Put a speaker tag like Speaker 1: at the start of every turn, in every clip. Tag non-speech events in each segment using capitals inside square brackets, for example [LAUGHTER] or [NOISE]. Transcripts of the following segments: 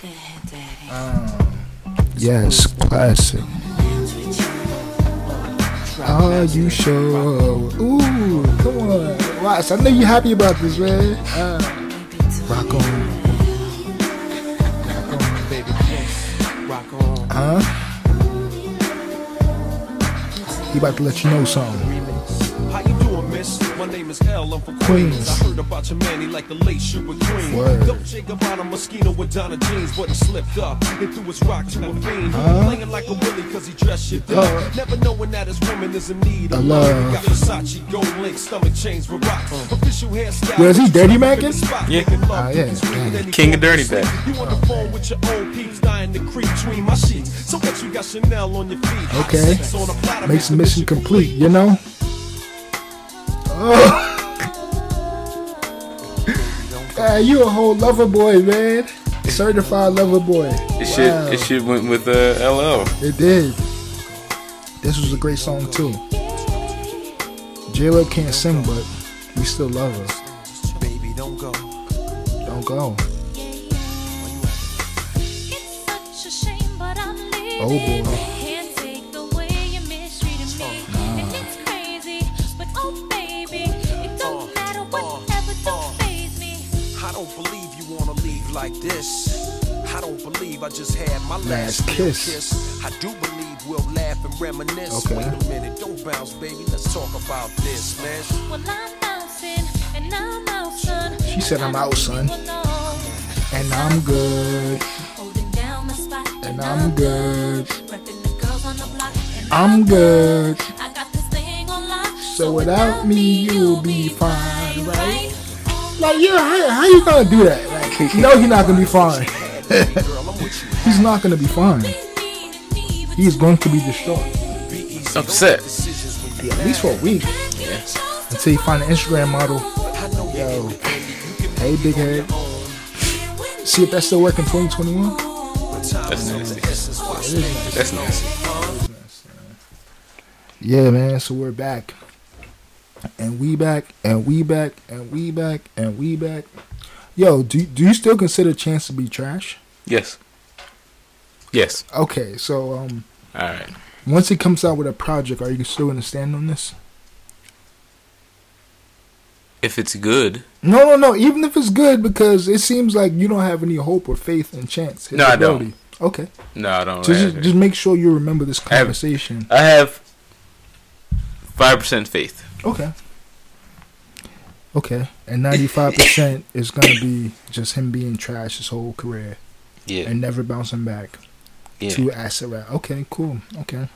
Speaker 1: Go ahead, Daddy.
Speaker 2: Oh, Yes, classic. Are you sure? Ooh, come on. Watch, I know you're happy about this, man. Uh, rock on. Rock on, baby.
Speaker 3: Rock on.
Speaker 2: Huh? He about to let you know something.
Speaker 3: How you doing, miss? My name is L. I'm from Queens.
Speaker 2: Queens.
Speaker 3: I heard about your man, he like the late Sugar Queen.
Speaker 2: Word.
Speaker 3: Dolce Gabbana Moschino with Donna jeans, but he slipped up and threw his rock to a fiend. Playing like a willy cause he dressed shit up.
Speaker 2: Uh.
Speaker 3: Never knowing that his woman is in need
Speaker 2: I
Speaker 3: of
Speaker 2: love.
Speaker 3: Got Versace, gold link, stomach chains with rocks. Official hairstyle.
Speaker 2: Where's he, Dirty Mackin'?
Speaker 3: Yeah.
Speaker 2: Ah, yeah, yeah.
Speaker 4: King of Dirty Bag.
Speaker 3: You on the phone with your old peeps, dying to creep between my sheets. So what you got Chanel on your feet? Hot
Speaker 2: Okay.
Speaker 3: sex on a platter,
Speaker 2: Makes the
Speaker 3: make
Speaker 2: mission complete, you know? [LAUGHS] Oh. Ah, you a whole lover boy, man. Certified lover boy.
Speaker 4: It
Speaker 2: Wow.
Speaker 4: shit, it shit went with uh, LL.
Speaker 2: It did. This was a great song too. J Lo can't sing, but we still love her.
Speaker 3: Baby, don't go.
Speaker 2: Don't go.
Speaker 5: It's such a shame, but I'm leaving.
Speaker 2: Oh, boy.
Speaker 5: Can't take the way you mistreated me. And it's crazy, but oh baby, it don't matter whatever, don't faze me.
Speaker 3: I don't believe you wanna leave like this. I don't believe I just had my
Speaker 2: Last
Speaker 3: last real
Speaker 2: kiss.
Speaker 3: kiss. I do believe we'll laugh and reminisce.
Speaker 2: Okay.
Speaker 3: Wait a minute, don't bounce, baby. Let's talk about this, man.
Speaker 5: Well, I'm bouncing, and I'm out, son.
Speaker 2: She said, "I'm out, son."
Speaker 5: People know.
Speaker 2: And I'm good.
Speaker 5: Holding down my spot,
Speaker 2: And I'm good.
Speaker 5: Repping the girls on the block, and
Speaker 2: I'm good.
Speaker 5: I got this thing on lock.
Speaker 2: So without me, you'll be fine, right?
Speaker 5: right?
Speaker 2: Like, yeah, how, how you gonna do that? Like, you know he's not gonna be fine. he's not gonna be fine. He is going to be destroyed.
Speaker 4: Upset.
Speaker 2: Yeah, at least for a week. Until you find an Instagram model. Yo. Hey, big head. See if that's still working 2021.
Speaker 4: That's nasty. That's nasty.
Speaker 2: Yeah, man. So we're back. And we back, and we back, and we back, and we back. Yo, do, do you still consider Chance to be trash?
Speaker 4: Yes. Yes.
Speaker 2: Okay, so um,
Speaker 4: All right.
Speaker 2: once he comes out with a project, are you still gonna stand on this?
Speaker 4: If it's good.
Speaker 2: No, no, no. Even if it's good, because it seems like you don't have any hope or faith in Chance. his
Speaker 4: No, I don't. Oh,
Speaker 2: ability. Okay,
Speaker 4: No, I don't.
Speaker 2: so
Speaker 4: have
Speaker 2: just,
Speaker 4: it.
Speaker 2: just make sure you remember this
Speaker 4: I have-
Speaker 2: conversation.
Speaker 4: I have five percent faith.
Speaker 2: Okay. Okay. And ninety five
Speaker 4: [LAUGHS]
Speaker 2: percent is gonna be just him being trash his whole career
Speaker 4: Yeah.
Speaker 2: and never bouncing back to acid rap. Okay, cool. Okay.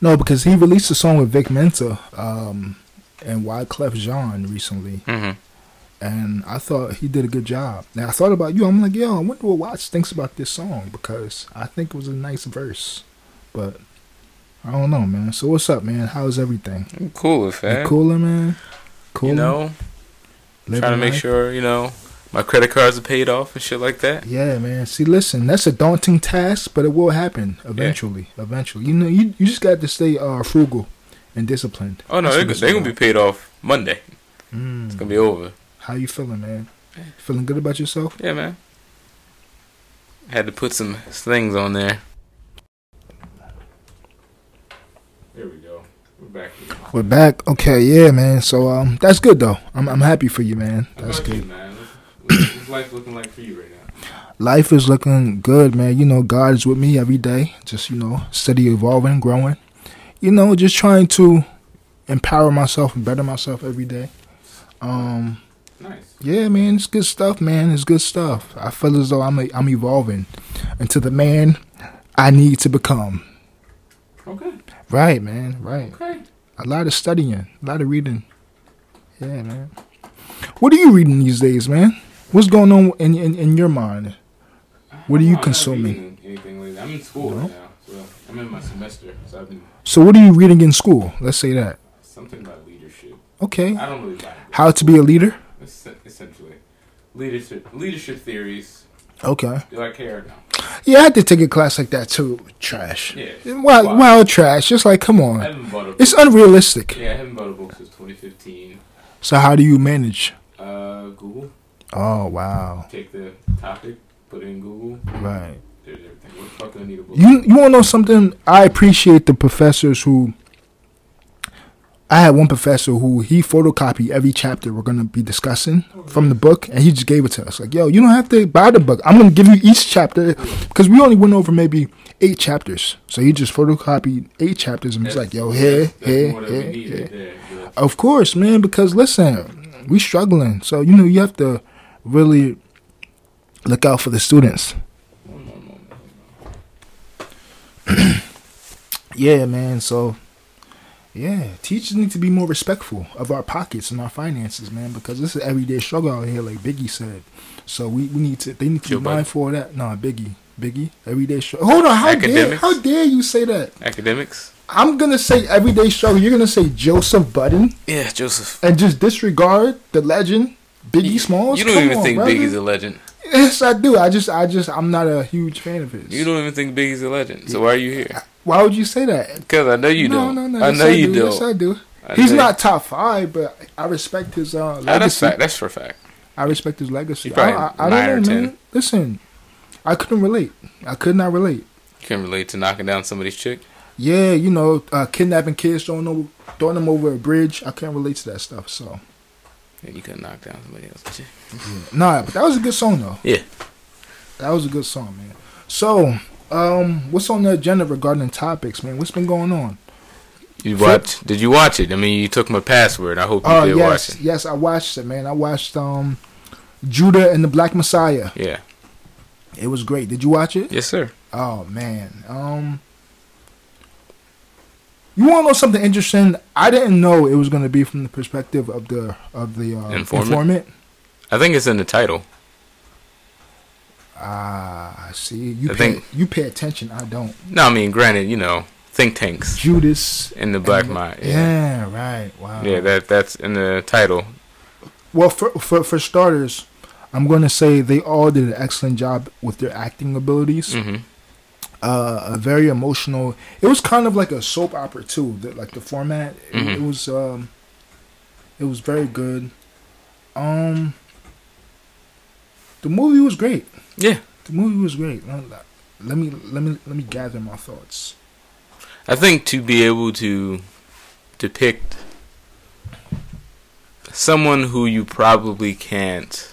Speaker 2: No, because he released a song with Vic Mensa, um, and Wyclef Jean recently,
Speaker 4: Mm-hmm.
Speaker 2: and I thought he did a good job. Now I thought about you. I'm like, yo, I wonder what Watts thinks about this song because I think it was a nice verse, but I don't know, man. So what's up, man? How's everything?
Speaker 4: I'm cool with
Speaker 2: You
Speaker 4: that.
Speaker 2: cooler, man. Cooler.
Speaker 4: You know,
Speaker 2: Living
Speaker 4: trying to make
Speaker 2: life.
Speaker 4: sure you know my credit cards are paid off and shit like that.
Speaker 2: Yeah, man. See, listen, that's a daunting task, but it will happen eventually. Eventually, you know, you, you just got to stay uh, frugal and disciplined.
Speaker 4: Oh no,
Speaker 2: That's
Speaker 4: they're,
Speaker 2: what's
Speaker 4: they're gonna be
Speaker 2: about.
Speaker 4: paid off Monday. It's
Speaker 2: Mm.
Speaker 4: gonna be over.
Speaker 2: How you feeling, man? Feeling good about yourself?
Speaker 4: Yeah, man. Had to put some things on there. There we go. We're back.
Speaker 2: We're back. Okay, yeah, man. So um, that's good though. I'm I'm happy for you, man. That's good.
Speaker 4: man. What's life looking like for you right now?
Speaker 2: Life is looking good, man. You know, God is with me every day. Just you know, steady evolving, growing. You know, just trying to empower myself and better myself every day. Um.
Speaker 4: Nice.
Speaker 2: Yeah, man, it's good stuff, man. It's good stuff. I feel as though I'm i I'm evolving into the man I need to become.
Speaker 4: Okay.
Speaker 2: Right, man. Right.
Speaker 4: Okay.
Speaker 2: A lot of studying, a lot of reading. Yeah, man. What are you reading these days, man? What's going on in in, in your mind? What are you consuming?
Speaker 4: Anything like that. I'm in school
Speaker 2: No?
Speaker 4: right now, so I'm in my semester. So I've been
Speaker 2: So, what are you reading in school? Let's say that.
Speaker 4: something about leadership.
Speaker 2: Okay.
Speaker 4: I don't really like it.
Speaker 2: How to be a leader?
Speaker 4: Es- essentially leadership leadership theories.
Speaker 2: Okay.
Speaker 4: Do I care? No.
Speaker 2: Yeah, I had to take a class like that too. Trash.
Speaker 4: Yeah.
Speaker 2: Wild,
Speaker 4: Wow.
Speaker 2: wild trash. Just like, come
Speaker 4: I
Speaker 2: on.
Speaker 4: haven't bought a book.
Speaker 2: It's unrealistic.
Speaker 4: yeah, I haven't bought a book since 2015.
Speaker 2: So, how do you manage?
Speaker 4: Uh, Google.
Speaker 2: Oh wow.
Speaker 1: Take the topic, put it in Google.
Speaker 2: Right.
Speaker 1: There's everything. What the fuck do I need a book?
Speaker 2: You you wanna know something? I appreciate the professors who I had one professor who he photocopied every chapter we're gonna be discussing from the book, and he just gave it to us. Like, yo, you don't have to buy the book. I'm gonna give you each chapter because we only went over maybe eight chapters. So he just photocopied eight chapters, and he's like, yo, here,
Speaker 1: That's
Speaker 2: here,
Speaker 1: more than
Speaker 2: here,
Speaker 1: we
Speaker 2: here.
Speaker 1: needed. Yeah, yeah.
Speaker 2: Of course, man, because listen, we struggling. So, you know, you have to really look out for the students. [CLEARS THROAT]
Speaker 1: One more moment.
Speaker 2: Yeah, man. So, yeah, teachers need to be more respectful of our pockets and our finances, man, because this is everyday struggle out here, like Biggie said. So we, we need to they need to
Speaker 4: Joe
Speaker 2: be
Speaker 4: Budden.
Speaker 2: mindful of that. Nah, Biggie, Biggie, everyday struggle. Hold on, how dare
Speaker 4: Academics?
Speaker 2: how dare you say that?
Speaker 4: Academics?
Speaker 2: I'm gonna say everyday struggle. You're gonna say Joseph Budden
Speaker 4: Yeah, Joseph.
Speaker 2: and just disregard the legend Biggie Smalls.
Speaker 4: You don't
Speaker 2: Come
Speaker 4: even
Speaker 2: on,
Speaker 4: think
Speaker 2: brother.
Speaker 4: Biggie's a legend.
Speaker 2: Yes, I do. I just, I just, I'm not a huge fan of his.
Speaker 4: You don't even think Biggie's a legend. So why are you here?
Speaker 2: Why would you say that?
Speaker 4: Because I know you don't. I
Speaker 2: yes,
Speaker 4: know you
Speaker 2: do.
Speaker 4: don't.
Speaker 2: Yes, I do.
Speaker 4: I
Speaker 2: He's
Speaker 4: know-
Speaker 2: not top five, but I respect his uh,
Speaker 4: Ah, that's
Speaker 2: legacy.
Speaker 4: fact. That's for a fact.
Speaker 2: I respect his legacy.
Speaker 4: He's probably
Speaker 2: I, I, I
Speaker 4: nine or
Speaker 2: don't know, man.
Speaker 4: 10.
Speaker 2: Listen, I couldn't relate. I could not relate.
Speaker 4: You can relate to knocking down somebody's chick.
Speaker 2: Yeah, you know, uh, kidnapping kids, throwing them, throwing them over a bridge. I can't relate to that stuff. So,
Speaker 4: Yeah, you can knock down somebody else's chick.
Speaker 2: nah, but that was a good song though.
Speaker 4: Yeah.
Speaker 2: That was a good song, man. So, um, what's on the agenda regarding topics, man? What's been going on?
Speaker 4: You
Speaker 2: Flip.
Speaker 4: watch? Did you watch it? I mean, you took my password. I hope you
Speaker 2: Oh
Speaker 4: did
Speaker 2: yes,
Speaker 4: watch it.
Speaker 2: yes, I watched it, man. I watched um, Judah and the Black Messiah.
Speaker 4: Yeah.
Speaker 2: It was great. Did you watch it?
Speaker 4: Yes, sir.
Speaker 2: Oh man. Um, you want to know something interesting? I didn't know it was going to be from the perspective of the of the uh,
Speaker 4: Informant?
Speaker 2: informant.
Speaker 4: I think it's in the title.
Speaker 2: Ah, I see, you
Speaker 4: I
Speaker 2: pay,
Speaker 4: think-
Speaker 2: you pay attention. I don't.
Speaker 4: No, I mean, granted, you know, think tanks
Speaker 2: Judas.
Speaker 4: in the black
Speaker 2: and-
Speaker 4: mind. Yeah.
Speaker 2: Yeah. Right. Wow.
Speaker 4: Yeah, that that's in the title.
Speaker 2: Well, for for for starters, I'm going to say they all did an excellent job with their acting abilities.
Speaker 4: hmm
Speaker 2: uh, a very emotional. It was kind of like a soap opera too. That like the format. It,
Speaker 4: Mhm.
Speaker 2: it was um, it was very good. Um, the movie was great.
Speaker 4: Yeah.
Speaker 2: The movie was great. Let let me let me let me gather my thoughts.
Speaker 4: I think to be able to depict someone who you probably can't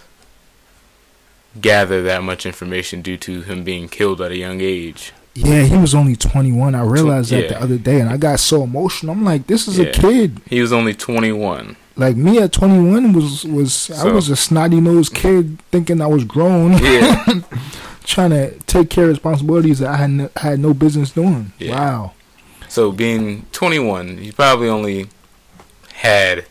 Speaker 4: gather that much information due to him being killed at a young age.
Speaker 2: Yeah, he was only 21. I realized that
Speaker 4: yeah.
Speaker 2: the other day, and I got so emotional. I'm like, this is
Speaker 4: Yeah.
Speaker 2: a kid.
Speaker 4: He was only 21.
Speaker 2: Like me at 21 was was I
Speaker 4: So-
Speaker 2: was a snotty nosed kid thinking I was grown. [LAUGHS]
Speaker 4: [LAUGHS] Yeah.
Speaker 2: trying to take care of responsibilities that I had no, had no business doing.
Speaker 4: Yeah.
Speaker 2: Wow.
Speaker 4: so being 21, he probably only had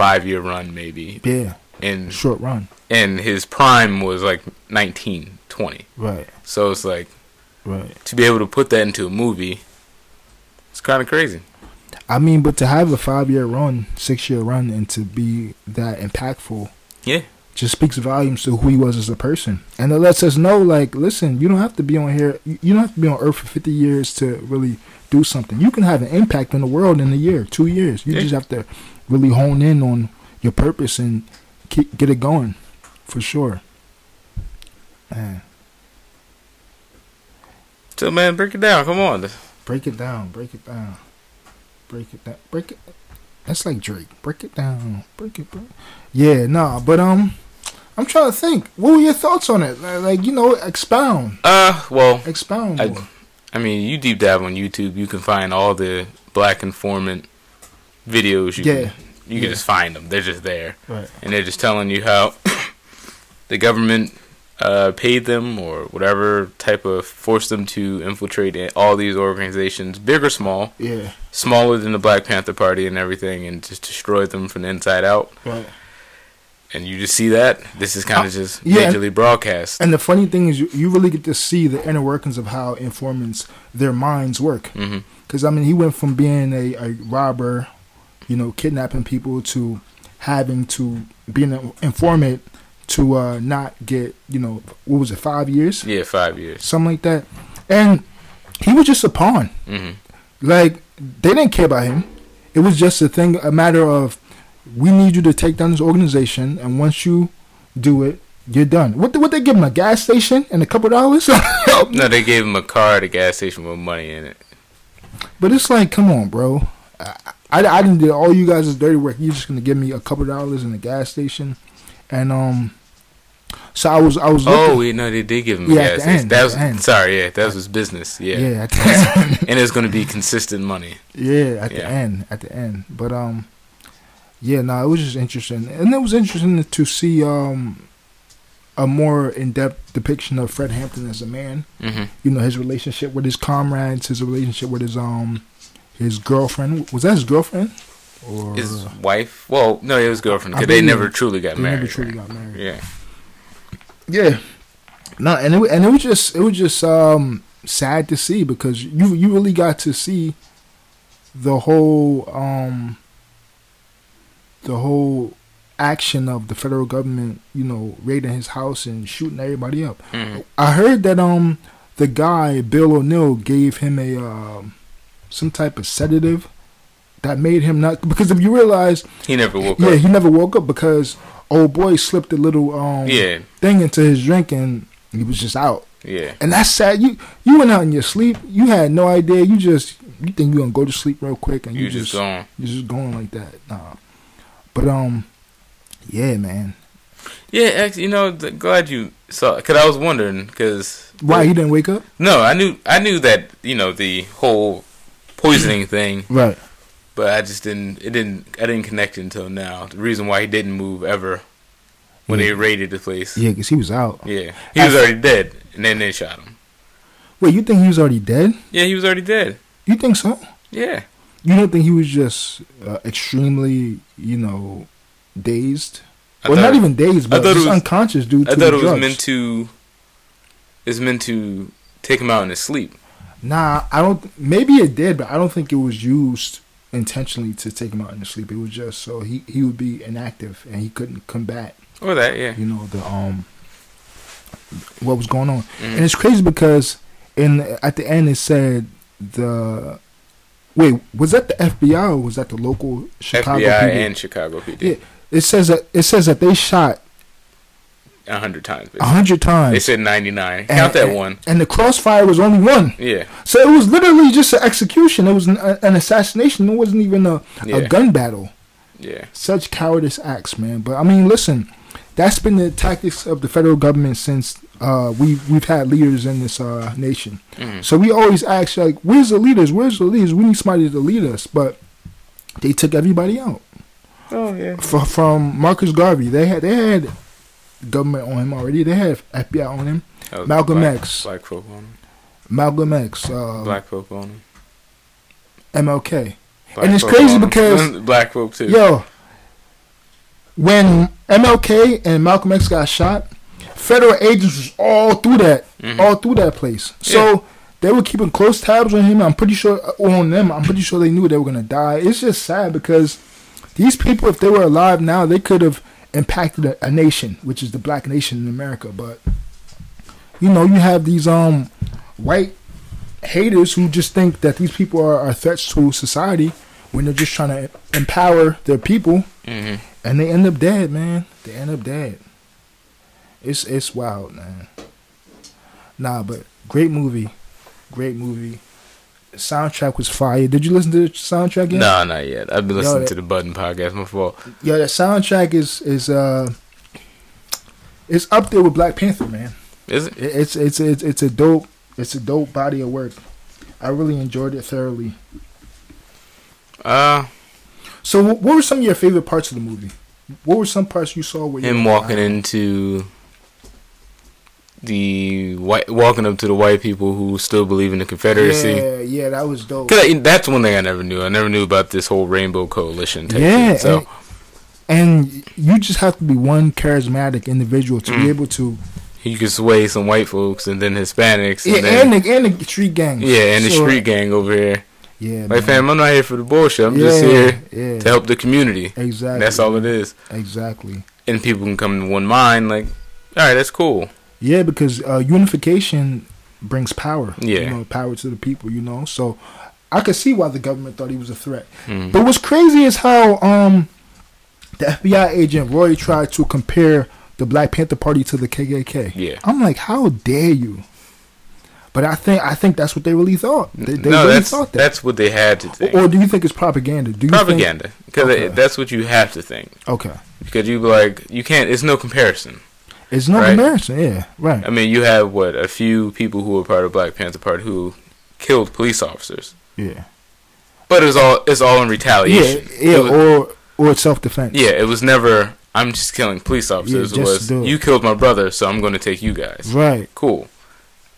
Speaker 4: 5-year run maybe.
Speaker 2: Yeah.
Speaker 4: And
Speaker 2: Short run.
Speaker 4: and his prime was like 19, 20.
Speaker 2: Right.
Speaker 4: So it's like
Speaker 2: Right.
Speaker 4: to be able to put that into a movie, it's kind of crazy.
Speaker 2: I mean, but to have a five year run, six year run, and to be that impactful,
Speaker 4: Yeah.
Speaker 2: just speaks volumes to who he was as a person, and it lets us know, like, listen, you don't have to be on here, you you don't have to be on Earth for fifty years to really do something. You can have an impact on the world in a year, two years. You
Speaker 4: Yeah.
Speaker 2: just have to really hone in on your purpose and keep, get it going, for sure. Man.
Speaker 4: So man, break it down. Come on.
Speaker 2: Break it down. Break it down. Break it down. Break it. That's like Drake. Break it down. Break it. Break. Yeah, nah. But um, I'm trying to think. What were your thoughts on it? Li- Like you know, expound,
Speaker 4: Uh, well,
Speaker 2: expound.
Speaker 4: I-
Speaker 2: more.
Speaker 4: I mean, you deep dive on YouTube, you can find all the Black Informant videos. You
Speaker 2: Yeah.
Speaker 4: can, you
Speaker 2: Yeah.
Speaker 4: can just find them. They're just there,
Speaker 2: Right.
Speaker 4: and they're just telling you how [COUGHS] the government uh, paid them or whatever type of forced them to infiltrate in all these organizations, big or small,
Speaker 2: Yeah.
Speaker 4: smaller than the Black Panther Party and everything, and just destroyed them from the inside out.
Speaker 2: Right.
Speaker 4: And you just see that. This is kind of just
Speaker 2: Uh, yeah, and-
Speaker 4: majorly broadcast.
Speaker 2: And the funny thing is, you, you really get to see the inner workings of how informants their minds work.
Speaker 4: hmm
Speaker 2: Because I mean, he went from being a, a robber, you know, kidnapping people to having to being an informant to uh, not get, you know, what was it, five years,
Speaker 4: Yeah, five years.
Speaker 2: something like that. And he was just a pawn.
Speaker 4: hmm
Speaker 2: Like they didn't care about him. It was just a thing, a matter of we need you to take down this organization, and once you do it, you're done. What what they give him a gas station and a couple dollars? [LAUGHS] Oh.
Speaker 4: No, they gave him a car at a gas station with money in it.
Speaker 2: But it's like, come on, bro. I, I, I didn't do all you guys' dirty work. You're just gonna give me a couple dollars in a gas station, and um. So I was I was
Speaker 4: Oh,
Speaker 2: looking,
Speaker 4: wait, no, they did give him a
Speaker 2: Yeah, at
Speaker 4: gas
Speaker 2: the
Speaker 4: station.
Speaker 2: end, at
Speaker 4: that was
Speaker 2: the end.
Speaker 4: sorry, yeah, that was his business. Yeah,
Speaker 2: yeah, at
Speaker 4: [LAUGHS]
Speaker 2: the,
Speaker 4: and it's going to be consistent money.
Speaker 2: yeah, at the
Speaker 4: Yeah.
Speaker 2: end, at the end. But um, yeah, no, it was just interesting, and it was interesting to see um a more in depth depiction of Fred Hampton as a man.
Speaker 4: hmm
Speaker 2: You know, his relationship with his comrades, his relationship with his um his girlfriend. Was that his girlfriend? Or
Speaker 4: His wife? Well, no, it was girlfriend
Speaker 2: I
Speaker 4: because they
Speaker 2: believe
Speaker 4: never truly got
Speaker 2: they
Speaker 4: married.
Speaker 2: never truly
Speaker 4: right?
Speaker 2: got married.
Speaker 4: Yeah,
Speaker 2: Yeah. No, and it wa- and it was just it was just um sad to see because you you really got to see the whole um the whole action of the federal government, you know, raiding his house and shooting everybody up.
Speaker 4: Mhm.
Speaker 2: I heard that um the guy Bill O'Neill gave him a um some type of sedative that made him not because if you realize
Speaker 4: he never woke
Speaker 2: yeah,
Speaker 4: up.
Speaker 2: he never woke up because old boy slipped a little um
Speaker 4: Yeah,
Speaker 2: thing into his drink and he was just out.
Speaker 4: yeah,
Speaker 2: And that's sad. You you went out in your sleep. You had no idea. You just you think you gonna go to sleep real quick and you,
Speaker 4: you just gone.
Speaker 2: you just going like that. Nah. But um, yeah, man.
Speaker 4: Yeah, actually, you know, th- glad you saw because I was wondering because
Speaker 2: Why he didn't wake up?
Speaker 4: No, I knew I knew that you know the whole
Speaker 2: [CLEARS THROAT]
Speaker 4: poisoning thing,
Speaker 2: Right.
Speaker 4: but I just didn't it didn't I didn't connect it until now. The reason why he didn't move ever when they raided the place.
Speaker 2: Yeah, cause he was out.
Speaker 4: Yeah. He was already dead and then they shot him.
Speaker 2: Wait, you think he was already dead?
Speaker 4: Yeah, he was already dead.
Speaker 2: You think so?
Speaker 4: Yeah.
Speaker 2: You don't think he was just uh, extremely, you know, dazed?
Speaker 4: I
Speaker 2: well, not
Speaker 4: thought-
Speaker 2: even dazed, but
Speaker 4: thought it
Speaker 2: just
Speaker 4: was-
Speaker 2: unconscious due to
Speaker 4: I thought
Speaker 2: the
Speaker 4: it was
Speaker 2: drugs.
Speaker 4: meant to it's meant to take him out in his sleep.
Speaker 2: Nah, I don't. Maybe it did, but I don't think it was used intentionally to take him out in the sleep. It was just so he he would be inactive and he couldn't combat.
Speaker 4: Or that, yeah.
Speaker 2: You know the um what was going on,
Speaker 4: Mm.
Speaker 2: and it's crazy because in at the end it said the wait was that the FBI or was that the local Chicago
Speaker 4: FBI
Speaker 2: people?
Speaker 4: and Chicago
Speaker 2: yeah,
Speaker 4: PD.
Speaker 2: it says that it says that they shot
Speaker 4: A hundred times
Speaker 2: a
Speaker 4: basically.
Speaker 2: hundred times.
Speaker 4: They said ninety nine.
Speaker 2: And-
Speaker 4: Count that
Speaker 2: and-
Speaker 4: one.
Speaker 2: and the crossfire was only one.
Speaker 4: Yeah.
Speaker 2: So it was literally just an execution. It was an, an assassination. It wasn't even a,
Speaker 4: Yeah.
Speaker 2: a gun battle.
Speaker 4: Yeah.
Speaker 2: Such cowardice acts, man. But I mean, listen, that's been the tactics of the federal government since uh, we we've had leaders in this uh, nation.
Speaker 4: Mhm.
Speaker 2: So we always ask like, "Where's the leaders? Where's the leaders? We need somebody to lead us." But they took everybody out.
Speaker 4: Oh yeah.
Speaker 2: F- from Marcus Garvey, they had they had government on him already. They had FBI on him. Malcolm
Speaker 4: black,
Speaker 2: X.
Speaker 4: Black folk on him.
Speaker 2: Malcolm X, uh,
Speaker 4: Black folk on him.
Speaker 2: MLK.
Speaker 4: Black
Speaker 2: And it's
Speaker 4: folk
Speaker 2: crazy
Speaker 4: on 'em.
Speaker 2: because-
Speaker 4: [LAUGHS] black folk too.
Speaker 2: Yo, when MLK and Malcolm X got shot, federal agents was all through that,
Speaker 4: Mhm.
Speaker 2: all through that place. So
Speaker 4: Yeah.
Speaker 2: they were keeping close tabs on him. I'm pretty sure uh, on them. I'm pretty sure they knew they were gonna die. It's just sad because these people, if they were alive now, they could have impacted a, a nation, which is the black nation in America. But you know, you have these um white haters who just think that these people are, are threats to society when they're just trying to empower their people
Speaker 4: hmm
Speaker 2: and they end up dead, man. They end up dead. It's it's wild, man. Nah, but great movie. Great movie. The soundtrack was fire. Did you listen to the soundtrack yet?
Speaker 4: No, not yet. I've been
Speaker 2: Yo,
Speaker 4: listening
Speaker 2: that-
Speaker 4: to the Button podcast. My fault.
Speaker 2: Yeah, that soundtrack is is uh it's up there with Black Panther, man.
Speaker 4: Is it?
Speaker 2: It- it's it's it's it's a dope it's a dope body of work. I really enjoyed it thoroughly.
Speaker 4: Uh,
Speaker 2: So, wh- what were some of your favorite parts of the movie? What were some parts you saw where you
Speaker 4: him
Speaker 2: were
Speaker 4: walking into the white, walking up to the white people who still believe in the Confederacy.
Speaker 2: Yeah, yeah, that was dope.
Speaker 4: 'Cause I- that's one thing I never knew. I never knew about this whole Rainbow Coalition. Type
Speaker 2: Yeah,
Speaker 4: thing. So
Speaker 2: and- And you just have to be one charismatic individual to
Speaker 4: Mm.
Speaker 2: be able to
Speaker 4: he could sway some white folks and then Hispanics. And
Speaker 2: yeah,
Speaker 4: then,
Speaker 2: and the, and the street gang.
Speaker 4: yeah, and the street gang over here.
Speaker 2: Yeah,
Speaker 4: Like,
Speaker 2: man.
Speaker 4: fam, I'm not here for the bullshit. I'm
Speaker 2: yeah,
Speaker 4: just here
Speaker 2: Yeah,
Speaker 4: to help the community.
Speaker 2: exactly.
Speaker 4: That's all it is.
Speaker 2: Exactly.
Speaker 4: and people can come to one mind like all right that's cool
Speaker 2: Yeah, because uh, unification brings power. you
Speaker 4: Yeah.
Speaker 2: know, power to the people. You know, so I could see why the government thought he was a threat.
Speaker 4: Mhm.
Speaker 2: But what's crazy is how um the FBI agent Roy tried to compare the Black Panther Party to the KKK.
Speaker 4: Yeah.
Speaker 2: I'm like, how dare you? But I think I think that's what they really thought. They, they
Speaker 4: no,
Speaker 2: really
Speaker 4: that's
Speaker 2: thought that.
Speaker 4: that's what they had to think.
Speaker 2: Or, or do you think it's propaganda? Do you think-
Speaker 4: Propaganda, because
Speaker 2: Okay.
Speaker 4: that's what you have to think.
Speaker 2: okay,
Speaker 4: Because you be like you can't. It's no comparison.
Speaker 2: it's not
Speaker 4: Right.
Speaker 2: embarrassing. Yeah, right.
Speaker 4: I mean, you have what a few people who were part of Black Panther Party who killed police officers,
Speaker 2: Yeah,
Speaker 4: but it's all it's all in
Speaker 2: yeah,
Speaker 4: retaliation.
Speaker 2: yeah.
Speaker 4: It was-
Speaker 2: Or or self defense.
Speaker 4: yeah, it was never. I'm just killing police officers.
Speaker 2: just
Speaker 4: it
Speaker 2: do it.
Speaker 4: was you killed my brother, so I'm going to take you guys.
Speaker 2: right.
Speaker 4: Cool.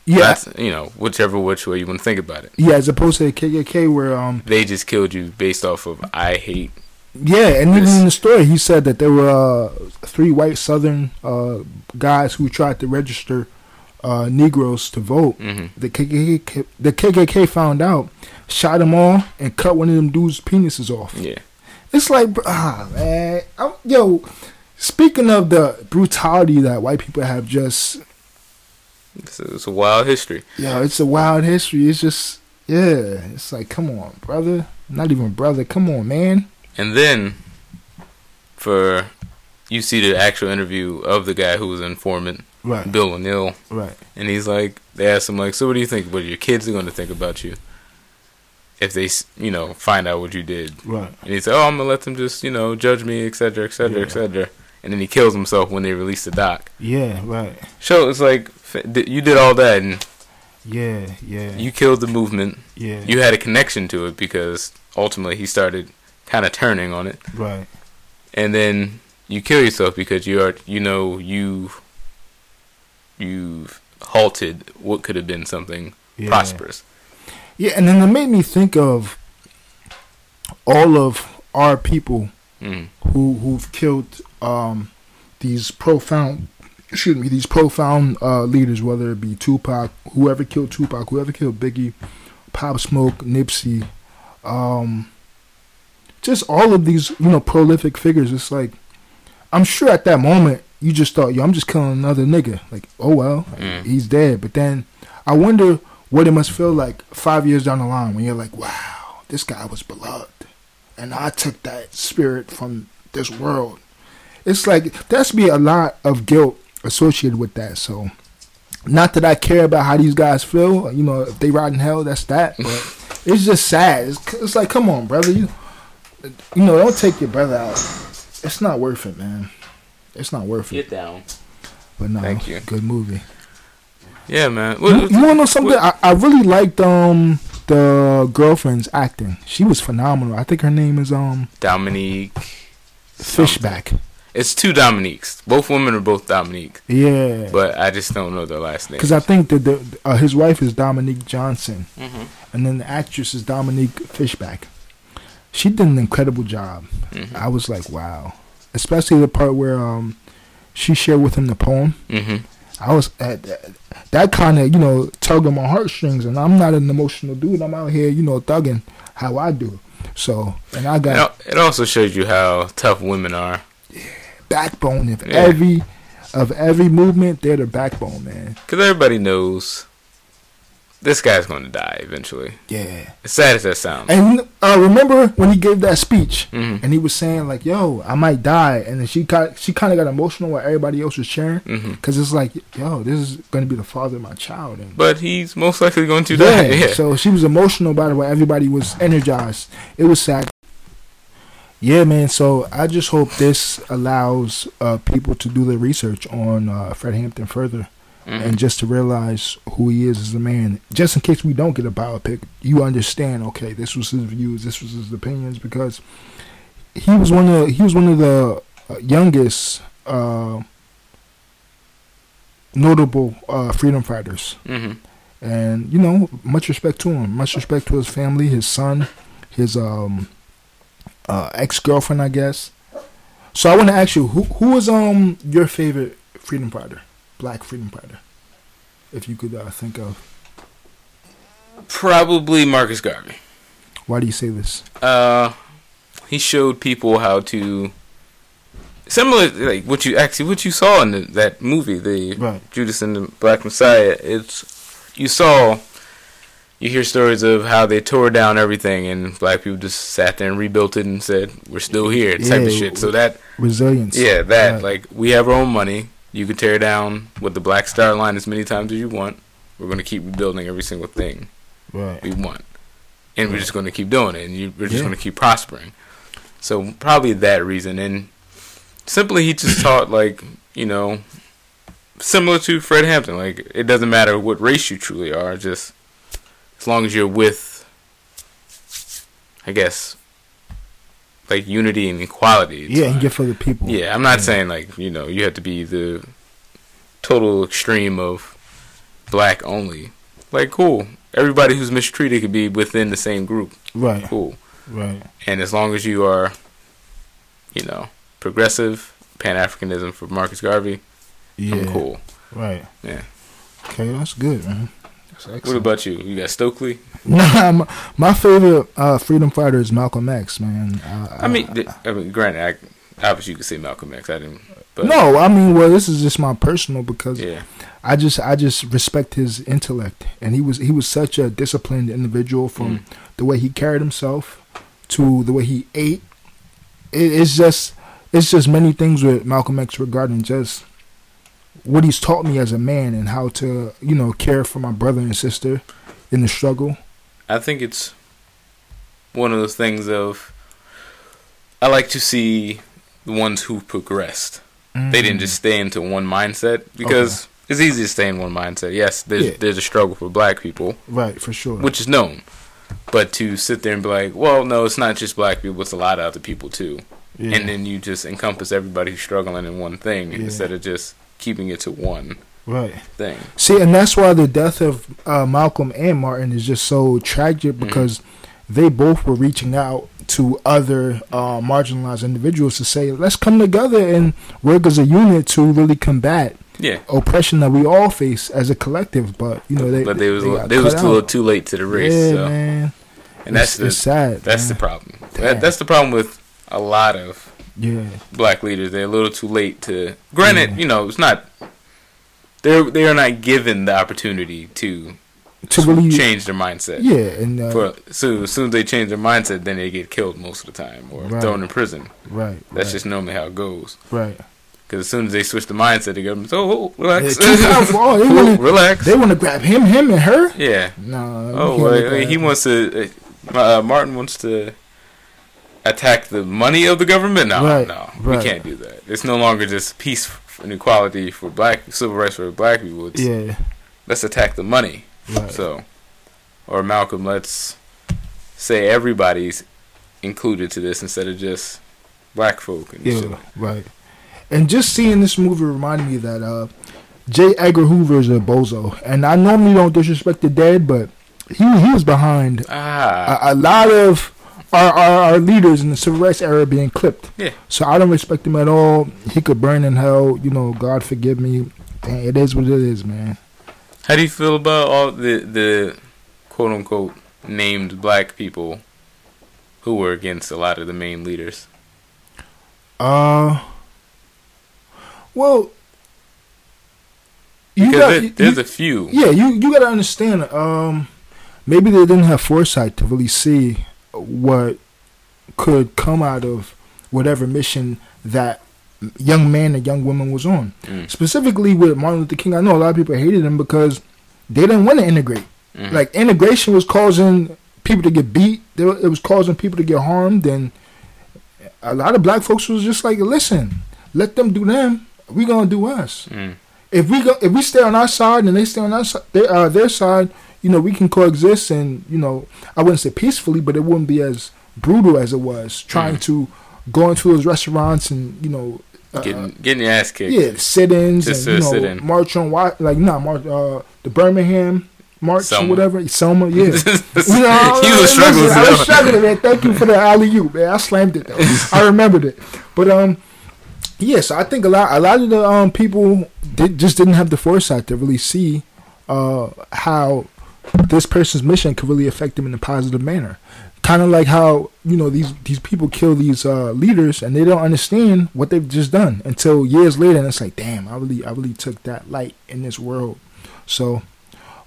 Speaker 2: Yeah,
Speaker 4: That's you know whichever which way you want to think about it.
Speaker 2: yeah. As opposed to the KKK, where um,
Speaker 4: They just killed you based off of I hate.
Speaker 2: Yeah, and even
Speaker 4: Yes.
Speaker 2: in the story, he said that there were uh, three white Southern uh, guys who tried to register uh, Negroes to vote.
Speaker 4: Mhm.
Speaker 2: The KKK, the KKK found out, shot them all, and cut one of them dudes' penises off.
Speaker 4: Yeah.
Speaker 2: It's like, br- ah, man, I'm, yo. Speaking of the brutality that white people have, just
Speaker 4: It's a, it's a wild history.
Speaker 2: yo, it's a wild history. It's just, yeah, it's like, come on, brother, not even brother, come on, man.
Speaker 4: And then, for you see the actual interview of the guy who was an informant,
Speaker 2: Right,
Speaker 4: Bill O'Neill,
Speaker 2: right,
Speaker 4: and he's like, they asked him like, so what do you think? What are your kids are going to think about you if they, s- you know, find out what you did?
Speaker 2: right.
Speaker 4: And he said, oh, I'm gonna let them just, you know, judge me, etc., etc.,
Speaker 2: Yeah.
Speaker 4: etc. And then he kills himself when they release the doc.
Speaker 2: Yeah, right.
Speaker 4: So it's like f- th- you did all that and
Speaker 2: Yeah, yeah.
Speaker 4: you killed the movement.
Speaker 2: Yeah.
Speaker 4: You had a connection to it because ultimately he started kind of turning on it.
Speaker 2: right.
Speaker 4: and then you kill yourself because you are you know you you've halted what could have been something
Speaker 2: Yeah.
Speaker 4: prosperous.
Speaker 2: Yeah, and then it made me think of all of our people
Speaker 4: Mm.
Speaker 2: who who've killed um these profound excuse me, these profound uh leaders, whether it be Tupac, whoever killed Tupac, whoever killed Biggie, Pop Smoke, Nipsey, um just all of these, you know, prolific figures, it's like I'm sure at that moment you just thought, yo, I'm just killing another nigga. Like, oh well,
Speaker 4: Mm.
Speaker 2: he's dead. But then I wonder what it must feel like five years down the line when you're like, wow, this guy was beloved. And I took that spirit from this world. It's like, there's be a lot of guilt associated with that. So, not that I care about how these guys feel. You know, if they ride in hell, that's that.
Speaker 4: [LAUGHS]
Speaker 2: But it's just sad. It's, it's like, come on, brother. You, you know, don't take your brother out. It's not worth it, man. It's not worth it.
Speaker 4: down.
Speaker 2: But no,
Speaker 4: Thank you.
Speaker 2: good movie.
Speaker 4: Yeah, man.
Speaker 2: You,
Speaker 4: What,
Speaker 2: you wanna know something? I, I really liked um the girlfriend's acting. She was phenomenal. I think her name is um
Speaker 4: Dominique. Um,
Speaker 2: Fishback.
Speaker 4: It's two Dominiques. Both women are both Dominique,
Speaker 2: Yeah,
Speaker 4: but I just don't know their last name.
Speaker 2: because I think that the uh, his wife is Dominique Johnson, and then the actress is Dominique Fishback. She did an incredible job.
Speaker 4: Mhm.
Speaker 2: I was like, wow, especially the part where um she shared with him the poem.
Speaker 4: Mm-hmm.
Speaker 2: I was at that, that kind of you know tugging my heartstrings, and I'm not an emotional dude. I'm out here you know thugging how I do. So and I got
Speaker 4: It, al- it also shows you how tough women are.
Speaker 2: backbone of
Speaker 4: Yeah.
Speaker 2: every of every movement. They're the backbone, man.
Speaker 4: Because everybody knows this guy's going to die eventually.
Speaker 2: Yeah.
Speaker 4: As sad as that sounds.
Speaker 2: And uh, remember when he gave that speech,
Speaker 4: Mhm.
Speaker 2: and he was saying like, "Yo, I might die," and then she got she kind of got emotional while everybody else was cheering,
Speaker 4: Mhm.
Speaker 2: because it's like, "Yo, this is gonna be the father of my child." And
Speaker 4: But he's most likely going to
Speaker 2: yeah.
Speaker 4: die. [LAUGHS] Yeah.
Speaker 2: So she was emotional about it while everybody was energized. It was sad. Yeah, man. So I just hope this allows uh, people to do their research on uh, Fred Hampton further,
Speaker 4: Mhm.
Speaker 2: and just to realize who he is as a man. Just in case we don't get a biopic, you understand. Okay, this was his views. This was his opinions because he was one of he was one of the uh, youngest uh, notable uh, freedom fighters
Speaker 4: hmm
Speaker 2: and you know, much respect to him, much respect to his family, his son, his um uh, ex girlfriend, I guess. So I want to ask you, who who was um your favorite freedom fighter, black freedom fighter, if you could uh, think of?
Speaker 4: Probably Marcus Garvey.
Speaker 2: Why do you say this?
Speaker 4: uh, he showed people how to similar like what you actually what you saw in the, that movie, the
Speaker 2: Right.
Speaker 4: Judas and the Black Messiah. It's you saw you hear stories of how they tore down everything and black people just sat there and rebuilt it and said we're still here type of
Speaker 2: Yeah.
Speaker 4: shit. So that
Speaker 2: Resilience.
Speaker 4: yeah that
Speaker 2: Right.
Speaker 4: like we have our own money. You can tear down with the black star line as many times as you want. We're going to keep rebuilding every single thing
Speaker 2: Right.
Speaker 4: we want, and we're just going to keep doing it, and you, we're just
Speaker 2: Yeah.
Speaker 4: going to keep prospering. So probably that reason, and simply
Speaker 2: [COUGHS]
Speaker 4: he just taught like you know, similar to Fred Hampton. Like it doesn't matter what race you truly are, just as long as you're with, I guess, like unity and equality. it's
Speaker 2: Yeah,
Speaker 4: fine.
Speaker 2: and get for the people.
Speaker 4: Yeah, I'm not saying like you know you have to be the total extreme of black only. Like, cool. Everybody who's mistreated could be within the same group.
Speaker 2: Right.
Speaker 4: Cool.
Speaker 2: Right.
Speaker 4: And as long as you are, you know, progressive Pan Africanism for Marcus Garvey,
Speaker 2: Yeah.
Speaker 4: I'm cool.
Speaker 2: Right.
Speaker 4: Yeah.
Speaker 2: Okay, that's good, man. That's excellent.
Speaker 4: What about you? You got Stokely?
Speaker 2: Nah, [LAUGHS] my, my favorite uh, freedom fighter is Malcolm X, man. I,
Speaker 4: I mean, th- I mean, granted, I, obviously you could say Malcolm X. I didn't. But,
Speaker 2: no, I mean, well, this is just my personal because
Speaker 4: Yeah.
Speaker 2: I just I just respect his intellect, and he was he was such a disciplined individual
Speaker 4: Mm.
Speaker 2: from the way he carried himself to the way he ate. It, it's just it's just many things with Malcolm X regarding just what he's taught me as a man and how to you know care for my brother and sister in the struggle.
Speaker 4: I think it's one of those things of I like to see the ones who progressed. They didn't
Speaker 2: Mm.
Speaker 4: just stay into one mindset because it's easy to stay in one mindset. Yes, there's
Speaker 2: Yeah.
Speaker 4: there's a struggle for black people,
Speaker 2: right for sure.
Speaker 4: which is known. But to sit there and be like, well, no, it's not just black people; it's a lot of other people too.
Speaker 2: Yeah.
Speaker 4: And then you just encompass everybody who's struggling in one thing
Speaker 2: Yeah.
Speaker 4: instead of just keeping it to one
Speaker 2: right.
Speaker 4: thing.
Speaker 2: See, and that's why the death of uh, Malcolm and Martin is just so
Speaker 4: Mm.
Speaker 2: tragic because they both were reaching out to other uh, marginalized individuals to say, let's come together and work as a unit to really combat
Speaker 4: Yeah,
Speaker 2: oppression that we all face as a collective. But you know, they
Speaker 4: but they was
Speaker 2: got
Speaker 4: they was
Speaker 2: cut
Speaker 4: too, a little
Speaker 2: out.
Speaker 4: too late to the race.
Speaker 2: Yeah,
Speaker 4: so.
Speaker 2: man.
Speaker 4: and that's
Speaker 2: It's-
Speaker 4: the
Speaker 2: it's sad.
Speaker 4: That's the
Speaker 2: man.
Speaker 4: problem.
Speaker 2: Damn.
Speaker 4: That, that's the problem with a lot of
Speaker 2: yeah,
Speaker 4: black leaders. They're a little too late to. Granted,
Speaker 2: Mm.
Speaker 4: you know, it's not. They're they are not given the opportunity to
Speaker 2: to really
Speaker 4: change their mindset.
Speaker 2: yeah, and uh,
Speaker 4: For, so as soon as they change their mindset, then they get killed most of the time or
Speaker 2: Right.
Speaker 4: thrown in prison.
Speaker 2: right,
Speaker 4: That's
Speaker 2: right,
Speaker 4: just normally how it goes. [LAUGHS]
Speaker 2: right.
Speaker 4: Because as soon as they switch the mindset, the government's oh, oh relax,
Speaker 2: Yeah, too powerful. Oh, they
Speaker 4: Cool,
Speaker 2: wanna-
Speaker 4: [LAUGHS] relax.
Speaker 2: They want to grab him, him, and her.
Speaker 4: yeah.
Speaker 2: No,
Speaker 4: Oh, well, he wants to. Uh, Martin wants to attack the money of the government. No,
Speaker 2: Right,
Speaker 4: no,
Speaker 2: right.
Speaker 4: we can't do that. It's no longer just peace and equality for black civil rights for black people. It's,
Speaker 2: Yeah,
Speaker 4: Let's attack the money.
Speaker 2: right.
Speaker 4: So, or Malcolm, let's say everybody's included to this instead of just black folk. And
Speaker 2: Yeah,
Speaker 4: shit.
Speaker 2: right. And just seeing this movie reminded me that uh, J. Edgar Hoover is a bozo, and I normally don't disrespect the dead, but he he was behind a,
Speaker 4: Ah,
Speaker 2: a lot of our, our our leaders in the civil rights era being clipped.
Speaker 4: Yeah.
Speaker 2: So I don't respect him at all. He could burn in hell. You know, God forgive me. Dang, it is what it is, man.
Speaker 4: how do you feel about all the the quote unquote named black people who were against a lot of the main leaders?
Speaker 2: Uh, well, you
Speaker 4: Because
Speaker 2: got-
Speaker 4: there-
Speaker 2: you-
Speaker 4: there's a few.
Speaker 2: Yeah, you you gotta understand. Um, maybe they didn't have foresight to really see what could come out of whatever mission that young man and young woman was on.
Speaker 4: Mm.
Speaker 2: Specifically with Martin Luther King, I know a lot of people hated him because they didn't want to integrate.
Speaker 4: Mhm.
Speaker 2: Like integration was causing people to get beat. They were- It was causing people to get harmed, and a lot of black folks was just like, "Listen, let them do them. We gonna do us."
Speaker 4: Mm.
Speaker 2: if we go if we stay on our side and they stay on our si- they, uh, their side, you know, we can coexist and you know, I wouldn't say peacefully, but it wouldn't be as brutal as it was
Speaker 4: Mm.
Speaker 2: trying to go into those restaurants and you know, uh,
Speaker 4: Getting getting your ass kicked.
Speaker 2: yeah, sit-ins
Speaker 4: Just
Speaker 2: and
Speaker 4: a
Speaker 2: you know,
Speaker 4: sit-in.
Speaker 2: march on Wa- like not march uh, the Birmingham. March or
Speaker 4: Selma.
Speaker 2: whatever, Selma,
Speaker 4: [LAUGHS]
Speaker 2: yeah. you know,
Speaker 4: You was
Speaker 2: listen,
Speaker 4: struggling
Speaker 2: I was
Speaker 4: with
Speaker 2: struggling, man. Thank you for the alley you, man. I slammed it though. I remembered it, but um, yeah. So I think a lot, a lot of the um people did, just didn't have the foresight to really see uh how this person's mission could really affect them in a positive manner. Kind of like how you know these these people kill these uh, leaders and they don't understand what they've just done until years later, and it's like, damn, I really I really took that light in this world. So,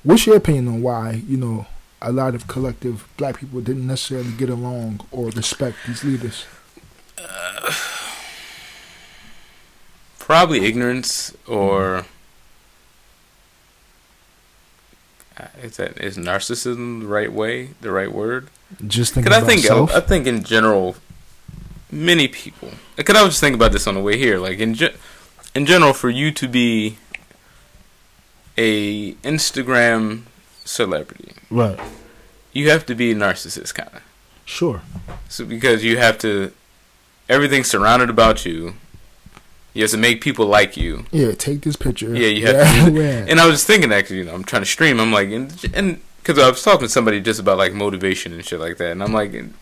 Speaker 2: what's your opinion on why you know a lot of collective black people didn't necessarily get along or respect these leaders?
Speaker 4: Probably ignorance or Uh, is that is narcissism the right way, the right word?
Speaker 2: Just thinking
Speaker 4: Because I
Speaker 2: about
Speaker 4: think
Speaker 2: self.
Speaker 4: I think in general, many people. Because I was just thinking about this on the way here. Like in ge- in general, for you to be a Instagram celebrity,
Speaker 2: right.
Speaker 4: you have to be a narcissist, kind of.
Speaker 2: Sure.
Speaker 4: So because you have to, everything's surrounded about you. You have to make people like you.
Speaker 2: Yeah. Take this picture.
Speaker 4: Yeah, you
Speaker 2: [LAUGHS]
Speaker 4: have to. do
Speaker 2: yeah.
Speaker 4: that. And I was just thinking actually, you know, I'm trying to stream. I'm like, and and because I was talking to somebody just about like motivation and shit like that, and I'm like, and-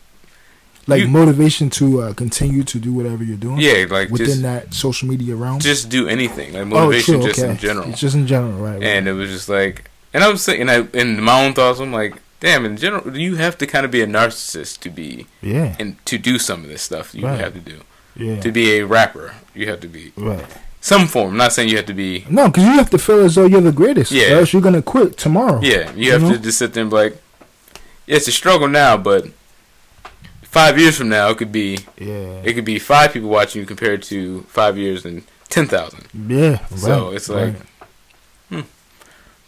Speaker 2: like
Speaker 4: you-
Speaker 2: motivation to uh, continue to do whatever you're doing.
Speaker 4: yeah, like
Speaker 2: Within
Speaker 4: just
Speaker 2: that social media realm.
Speaker 4: just do anything, like motivation just in general.
Speaker 2: It's Oh, just in general, right? right.
Speaker 4: And it was just like, and I was thinking, I in my own thoughts, I'm like, damn, in general, you have to kind of be a narcissist to be
Speaker 2: yeah.
Speaker 4: and to do some of this stuff you
Speaker 2: Right.
Speaker 4: have to do.
Speaker 2: Yeah.
Speaker 4: To be a rapper, you have to be
Speaker 2: right.
Speaker 4: some form. I'm not saying you have to be
Speaker 2: No, because you have to feel as though you're the greatest.
Speaker 4: Yeah.
Speaker 2: Or else you're gonna quit tomorrow.
Speaker 4: Yeah, you
Speaker 2: You
Speaker 4: have
Speaker 2: know?
Speaker 4: to just sit there and be like, it's a struggle now, but five years from now, it could be
Speaker 2: Yeah.
Speaker 4: it could be five people watching you compared to five years and ten thousand.
Speaker 2: yeah. Right.
Speaker 4: So it's like,
Speaker 2: right.
Speaker 4: hmm.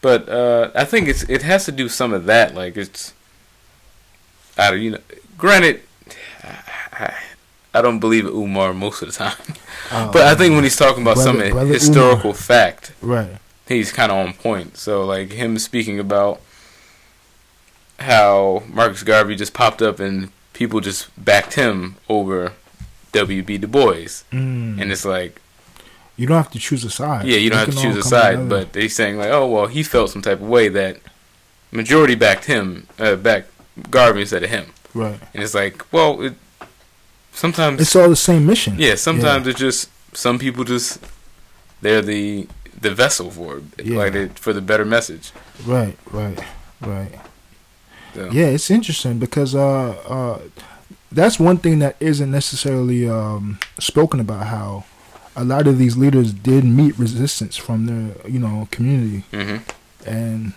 Speaker 4: but uh, I think it's it has to do some of that. Like it's, I don't, you know, granted, I, I don't believe Umar most of the time,
Speaker 2: Oh,
Speaker 4: but I think when he's talking about
Speaker 2: Brother-
Speaker 4: some
Speaker 2: Brother
Speaker 4: historical fact,
Speaker 2: right.
Speaker 4: he's kind of on point. So like him speaking about how Marcus Garvey just popped up and people just backed him over W.B. Du Bois,
Speaker 2: Mm.
Speaker 4: and it's like,
Speaker 2: you don't have to choose a side.
Speaker 4: yeah, you don't
Speaker 2: They
Speaker 4: have to
Speaker 2: can
Speaker 4: choose
Speaker 2: all
Speaker 4: a
Speaker 2: come
Speaker 4: side,
Speaker 2: together.
Speaker 4: but they saying like, oh well, he felt some type of way that majority backed him, uh, backed Garvey instead of him,
Speaker 2: right.
Speaker 4: and it's like, well, it, sometimes
Speaker 2: It's all the same mission.
Speaker 4: yeah, sometimes it's just some people just they're the the vessel for it,
Speaker 2: Yeah.
Speaker 4: like it, for the better message.
Speaker 2: Right, right, right.
Speaker 4: So,
Speaker 2: Yeah, it's interesting because uh, uh, that's one thing that isn't necessarily um, spoken about. How a lot of these leaders did meet resistance from their you know community,
Speaker 4: hmm
Speaker 2: and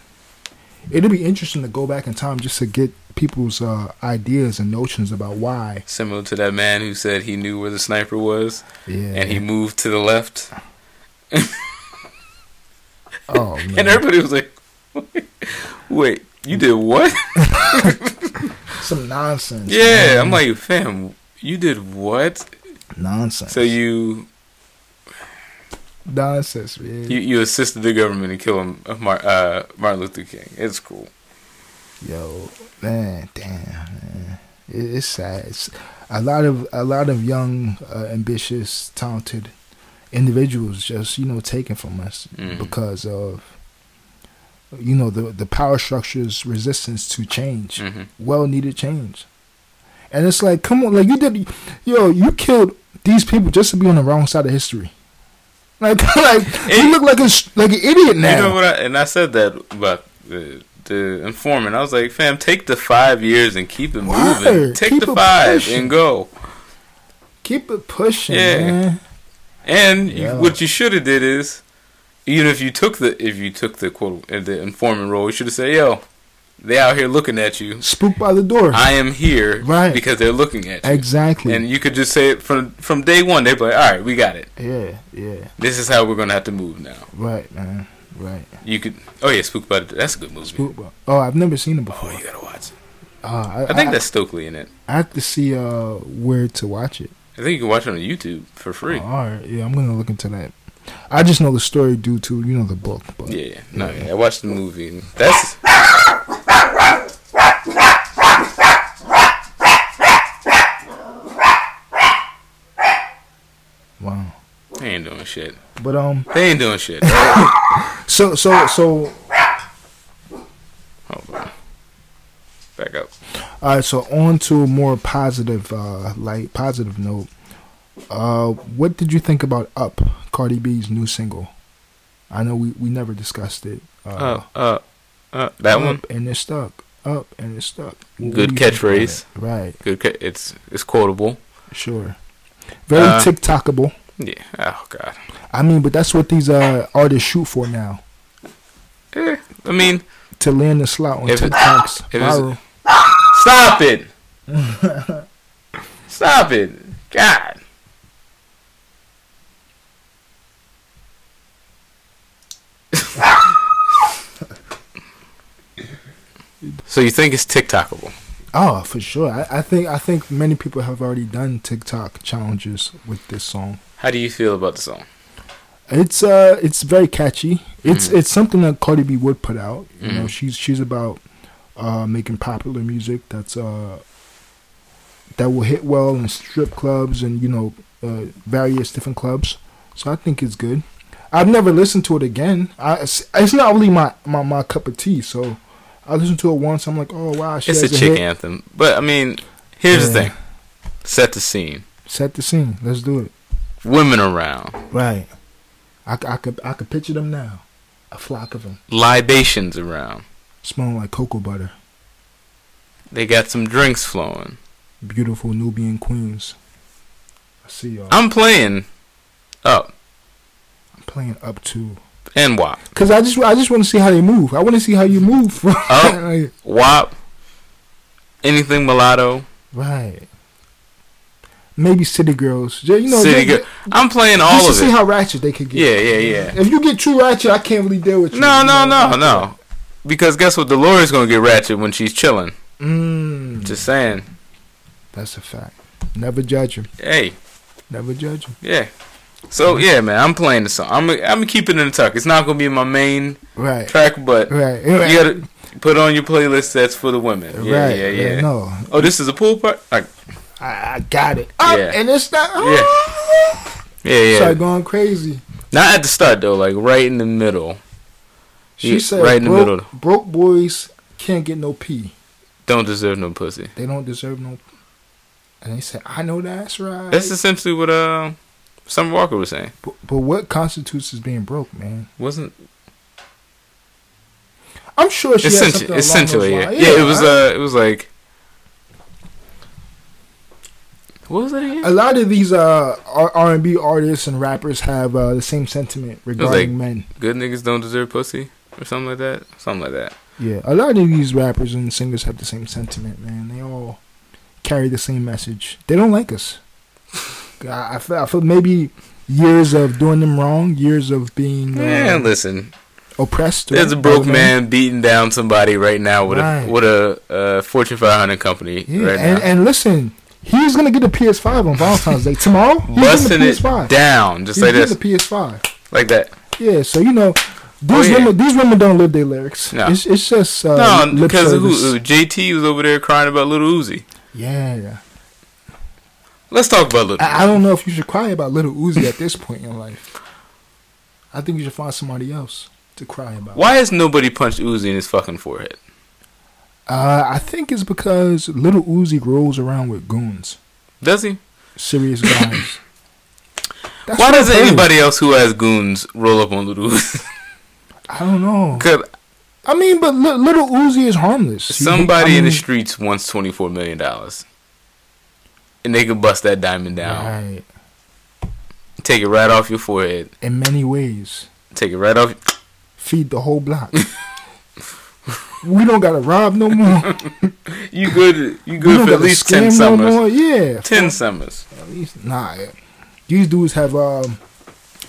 Speaker 2: it'd be interesting to go back in time just to get people's uh, ideas and notions about why.
Speaker 4: similar to that man who said he knew where the sniper was
Speaker 2: Yeah.
Speaker 4: and he [LAUGHS] moved to the left
Speaker 2: oh
Speaker 4: and
Speaker 2: man,
Speaker 4: everybody was like [LAUGHS] wait you did what [LAUGHS]
Speaker 2: some nonsense.
Speaker 4: yeah
Speaker 2: man.
Speaker 4: i'm like fam you did what
Speaker 2: nonsense.
Speaker 4: so you
Speaker 2: nonsense, man.
Speaker 4: you, you assisted the government in killing uh, Mar- uh, martin luther king it's cool
Speaker 2: Yo, man, damn, man. It, it's sad. It's a lot of a lot of young, uh, ambitious, talented individuals just you know taken from us
Speaker 4: Mhm.
Speaker 2: because of you know the the power structure's resistance to change,
Speaker 4: Mhm.
Speaker 2: well needed change, and it's like, come on, like you did, yo, you killed these people just to be on the wrong side of history. Like, [LAUGHS] like
Speaker 4: It-
Speaker 2: you look like a s- like an idiot now.
Speaker 4: you know what I, and i said that about the, the informant i was like fam take the five years and keep it moving
Speaker 2: Word.
Speaker 4: take
Speaker 2: Keep
Speaker 4: the
Speaker 2: it
Speaker 4: five
Speaker 2: pushing.
Speaker 4: and go
Speaker 2: Keep it pushing,
Speaker 4: Yeah.
Speaker 2: man.
Speaker 4: And
Speaker 2: Yeah.
Speaker 4: you, what you should have did is, even if you took the if you took the quote uh, the informant role, you should have said, "Yo, they out here looking at you.
Speaker 2: Spooked by the door.
Speaker 4: I am here
Speaker 2: Right.
Speaker 4: because they're looking at you."
Speaker 2: Exactly.
Speaker 4: And you could just say it from from day one. They'd be like, "All right, we got it.
Speaker 2: yeah, yeah,
Speaker 4: This is how we're gonna have to move now."
Speaker 2: right, man, right.
Speaker 4: You could. Oh yeah, Spook by the That's a good movie.
Speaker 2: Spook Bar- Oh, I've never seen it before.
Speaker 4: Oh, you gotta watch it.
Speaker 2: Uh, I,
Speaker 4: I think that's Stokely in it.
Speaker 2: I have to see uh where to watch it.
Speaker 4: I think you can watch it on YouTube for free.
Speaker 2: Oh, all right, yeah, I'm gonna look into that. I just know the story due to you know the book, but
Speaker 4: Yeah, yeah. no, yeah. I watched the movie. And that's
Speaker 2: wow.
Speaker 4: they ain't doing shit.
Speaker 2: But um,
Speaker 4: They ain't doing shit.
Speaker 2: so so so
Speaker 4: Hold on. Back up.
Speaker 2: all right, so on to a more positive uh light, positive note. Uh, what did you think about Up, Cardi B's new single? I know we we never discussed it. Uh,
Speaker 4: uh, uh, uh, that
Speaker 2: up
Speaker 4: one.
Speaker 2: and it's stuck. Up and it's stuck. What
Speaker 4: Good
Speaker 2: do you think about
Speaker 4: catchphrase.
Speaker 2: it? Right.
Speaker 4: Good. ca- It's it's quotable.
Speaker 2: Sure. Very
Speaker 4: Uh,
Speaker 2: TikTokable.
Speaker 4: Yeah. Oh God.
Speaker 2: I mean, but that's what these uh, artists shoot for now
Speaker 4: Eh, I mean,
Speaker 2: to land a slot on
Speaker 4: If it-
Speaker 2: TikToks.
Speaker 4: if it's-
Speaker 2: viral.
Speaker 4: stop it. stop it. God. So you think it's TikTokable?
Speaker 2: Oh, for sure. I, I think I think many people have already done TikTok challenges with this song.
Speaker 4: How do you feel about the song?
Speaker 2: It's uh, it's very catchy. It's
Speaker 4: Mm.
Speaker 2: it's something that Cardi B would put out. You know,
Speaker 4: Mhm.
Speaker 2: she's she's about uh, making popular music that's uh, that will hit well in strip clubs and you know uh, various different clubs. So I think it's good. I've never listened to it again. I it's, it's not really my, my, my cup of tea. So I listened to it once. I'm like, oh wow, she
Speaker 4: it's a
Speaker 2: has
Speaker 4: chick
Speaker 2: hit.
Speaker 4: anthem, but I mean, here's the
Speaker 2: Yeah.
Speaker 4: thing: set the scene.
Speaker 2: Set the scene. Let's do it.
Speaker 4: Women around,
Speaker 2: Right. I, c- I could I could picture them now, a flock of them,
Speaker 4: libations around.
Speaker 2: smelling like cocoa butter,
Speaker 4: They got some drinks flowing.
Speaker 2: beautiful Nubian queens. I see y'all.
Speaker 4: I'm playing up
Speaker 2: I'm playing up to,
Speaker 4: and wop,
Speaker 2: cause I just I just want to see how they move. I want to see how you move. [LAUGHS]
Speaker 4: Oh. wop, anything mulatto,
Speaker 2: right. Maybe city girls. Yeah, You know, they-
Speaker 4: city girl. I'm playing
Speaker 2: they-
Speaker 4: all
Speaker 2: just
Speaker 4: of
Speaker 2: to see
Speaker 4: it.
Speaker 2: how ratchet they could get.
Speaker 4: Yeah, yeah, yeah.
Speaker 2: If you get too ratchet, I can't really deal with you.
Speaker 4: No,
Speaker 2: you
Speaker 4: no,
Speaker 2: know?
Speaker 4: no, no. Because guess what? Dolores gonna get ratchet when she's chilling.
Speaker 2: Mm,
Speaker 4: Just saying.
Speaker 2: that's a fact. Never judge him.
Speaker 4: Hey,
Speaker 2: Never judge him.
Speaker 4: yeah. So
Speaker 2: Mm-hmm.
Speaker 4: yeah, man, I'm playing the song. I'm I'm gonna keep it in the tuck. It's not gonna be my main
Speaker 2: Right.
Speaker 4: track, but
Speaker 2: Right.
Speaker 4: you gotta put on your playlist that's for the women. Yeah,
Speaker 2: right.
Speaker 4: yeah,
Speaker 2: yeah,
Speaker 4: yeah.
Speaker 2: No,
Speaker 4: Oh, this is a pool part. Like,
Speaker 2: I, I got it. Up,
Speaker 4: Yeah.
Speaker 2: And it's not.
Speaker 4: yeah,
Speaker 2: Ah.
Speaker 4: yeah, yeah.
Speaker 2: Start going crazy.
Speaker 4: Not at the start though. Like right in the middle.
Speaker 2: She
Speaker 4: Yeah,
Speaker 2: said,
Speaker 4: right in the
Speaker 2: broke,
Speaker 4: middle.
Speaker 2: broke boys can't get no pee.
Speaker 4: Don't deserve no pussy.
Speaker 2: They don't deserve no. And they said, I know that's right.
Speaker 4: That's essentially what uh, Summer Walker was saying.
Speaker 2: but, but what constitutes as being broke, man? [LAUGHS]
Speaker 4: Wasn't
Speaker 2: I'm sure she had something
Speaker 4: essentially,
Speaker 2: along
Speaker 4: essentially,
Speaker 2: those
Speaker 4: yeah.
Speaker 2: lines.
Speaker 4: yeah. It was
Speaker 2: I-
Speaker 4: uh, it was like. What was that again?
Speaker 2: a lot of these uh R and B artists and rappers have uh, the same sentiment regarding men.
Speaker 4: Good niggas don't deserve pussy or something like that. Something like that.
Speaker 2: Yeah, a lot of these rappers and singers have the same sentiment, man. They all carry the same message. They don't like
Speaker 4: [LAUGHS]
Speaker 2: us. I, I feel, I feel maybe years of doing them wrong, years of being uh,
Speaker 4: Man, listen.
Speaker 2: oppressed.
Speaker 4: There's a
Speaker 2: by
Speaker 4: broke
Speaker 2: them.
Speaker 4: man beating down somebody right now with
Speaker 2: Right.
Speaker 4: a with a uh, Fortune 500 company
Speaker 2: Yeah,
Speaker 4: right
Speaker 2: and,
Speaker 4: now,
Speaker 2: and listen, he's gonna get a PS5 on Valentine's Day tomorrow. He's
Speaker 4: busting
Speaker 2: getting a
Speaker 4: it
Speaker 2: PS5.
Speaker 4: down just
Speaker 2: he's
Speaker 4: like
Speaker 2: getting
Speaker 4: this,
Speaker 2: a PS5.
Speaker 4: like that.
Speaker 2: Yeah, so you know, these
Speaker 4: Oh, yeah.
Speaker 2: women, these women don't live their lyrics.
Speaker 4: No.
Speaker 2: It's, it's just uh,
Speaker 4: No,
Speaker 2: lip
Speaker 4: because who,
Speaker 2: service.
Speaker 4: who- JT was over there crying about Little Uzi.
Speaker 2: Yeah, yeah.
Speaker 4: Let's talk about Little.
Speaker 2: I, I don't know if you should cry about little Uzi at this point in life. I think you should find somebody else to cry about.
Speaker 4: Why has nobody punched Uzi in his fucking forehead?
Speaker 2: Uh, I think it's because little Uzi rolls around with goons,
Speaker 4: Does he?
Speaker 2: serious
Speaker 4: [COUGHS]
Speaker 2: guys. That's
Speaker 4: Why
Speaker 2: what
Speaker 4: doesn't
Speaker 2: I heard.
Speaker 4: anybody else who has goons roll up on Little [LAUGHS] Uzi?
Speaker 2: I don't know.
Speaker 4: 'Cause
Speaker 2: I mean, but li- little Uzi is harmless. He-
Speaker 4: somebody
Speaker 2: I
Speaker 4: in the
Speaker 2: mean,
Speaker 4: streets wants twenty four million dollars, and they can bust that diamond down,
Speaker 2: Right.
Speaker 4: take it right off your forehead,
Speaker 2: In many ways,
Speaker 4: take it right off.
Speaker 2: feed the whole block. [LAUGHS] we don't gotta rob no
Speaker 4: [LAUGHS]
Speaker 2: more.
Speaker 4: You good? You
Speaker 2: we
Speaker 4: good
Speaker 2: don't
Speaker 4: for at
Speaker 2: gotta
Speaker 4: least ten
Speaker 2: scam no
Speaker 4: summers.
Speaker 2: more. Yeah,
Speaker 4: Ten summers.
Speaker 2: At least, nah. eh, These dudes have um,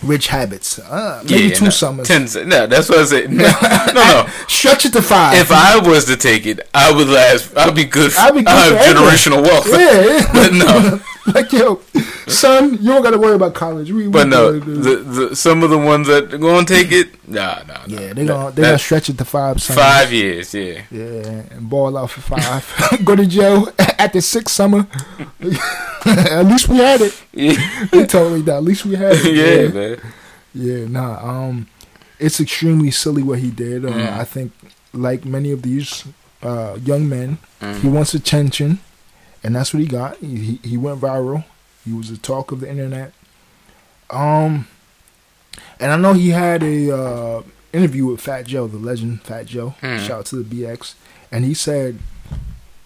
Speaker 2: rich habits. Uh, maybe
Speaker 4: Yeah,
Speaker 2: two
Speaker 4: no,
Speaker 2: summers.
Speaker 4: Ten. su- No, that's what
Speaker 2: [LAUGHS]
Speaker 4: I said. No, no. no.
Speaker 2: Stretch it to five.
Speaker 4: If I was to take it, I would last. I'd be good. For,
Speaker 2: I'd be good
Speaker 4: I have
Speaker 2: forever.
Speaker 4: generational
Speaker 2: [LAUGHS]
Speaker 4: wealth.
Speaker 2: yeah,
Speaker 4: [LAUGHS]
Speaker 2: [LAUGHS]
Speaker 4: But no,
Speaker 2: yeah. like yo, son, you don't gotta worry about college. We, we
Speaker 4: but no.
Speaker 2: good, dude.
Speaker 4: The, the, some of the ones that gonna take it, nah, nah. nah.
Speaker 2: yeah, they gonna
Speaker 4: That-
Speaker 2: they gonna
Speaker 4: that-
Speaker 2: stretch it to five. Summers.
Speaker 4: five years. Yeah, [LAUGHS]
Speaker 2: Yeah, and ball out for five. [LAUGHS] Go to jail at the sixth summer. [LAUGHS] at least we had it. [LAUGHS]
Speaker 4: yeah,
Speaker 2: They told me that. At least we had it.
Speaker 4: [LAUGHS] yeah, man.
Speaker 2: Yeah, nah. Um, it's extremely silly what he did. Uh,
Speaker 4: Mm.
Speaker 2: I think, like many of these uh, young men, he wants attention, and that's what he got. He, he he went viral. He was the talk of the internet. Um, and I know he had a uh, interview with Fat Joe, the legend Fat Joe.
Speaker 4: Mm.
Speaker 2: Shout out to the BX, and he said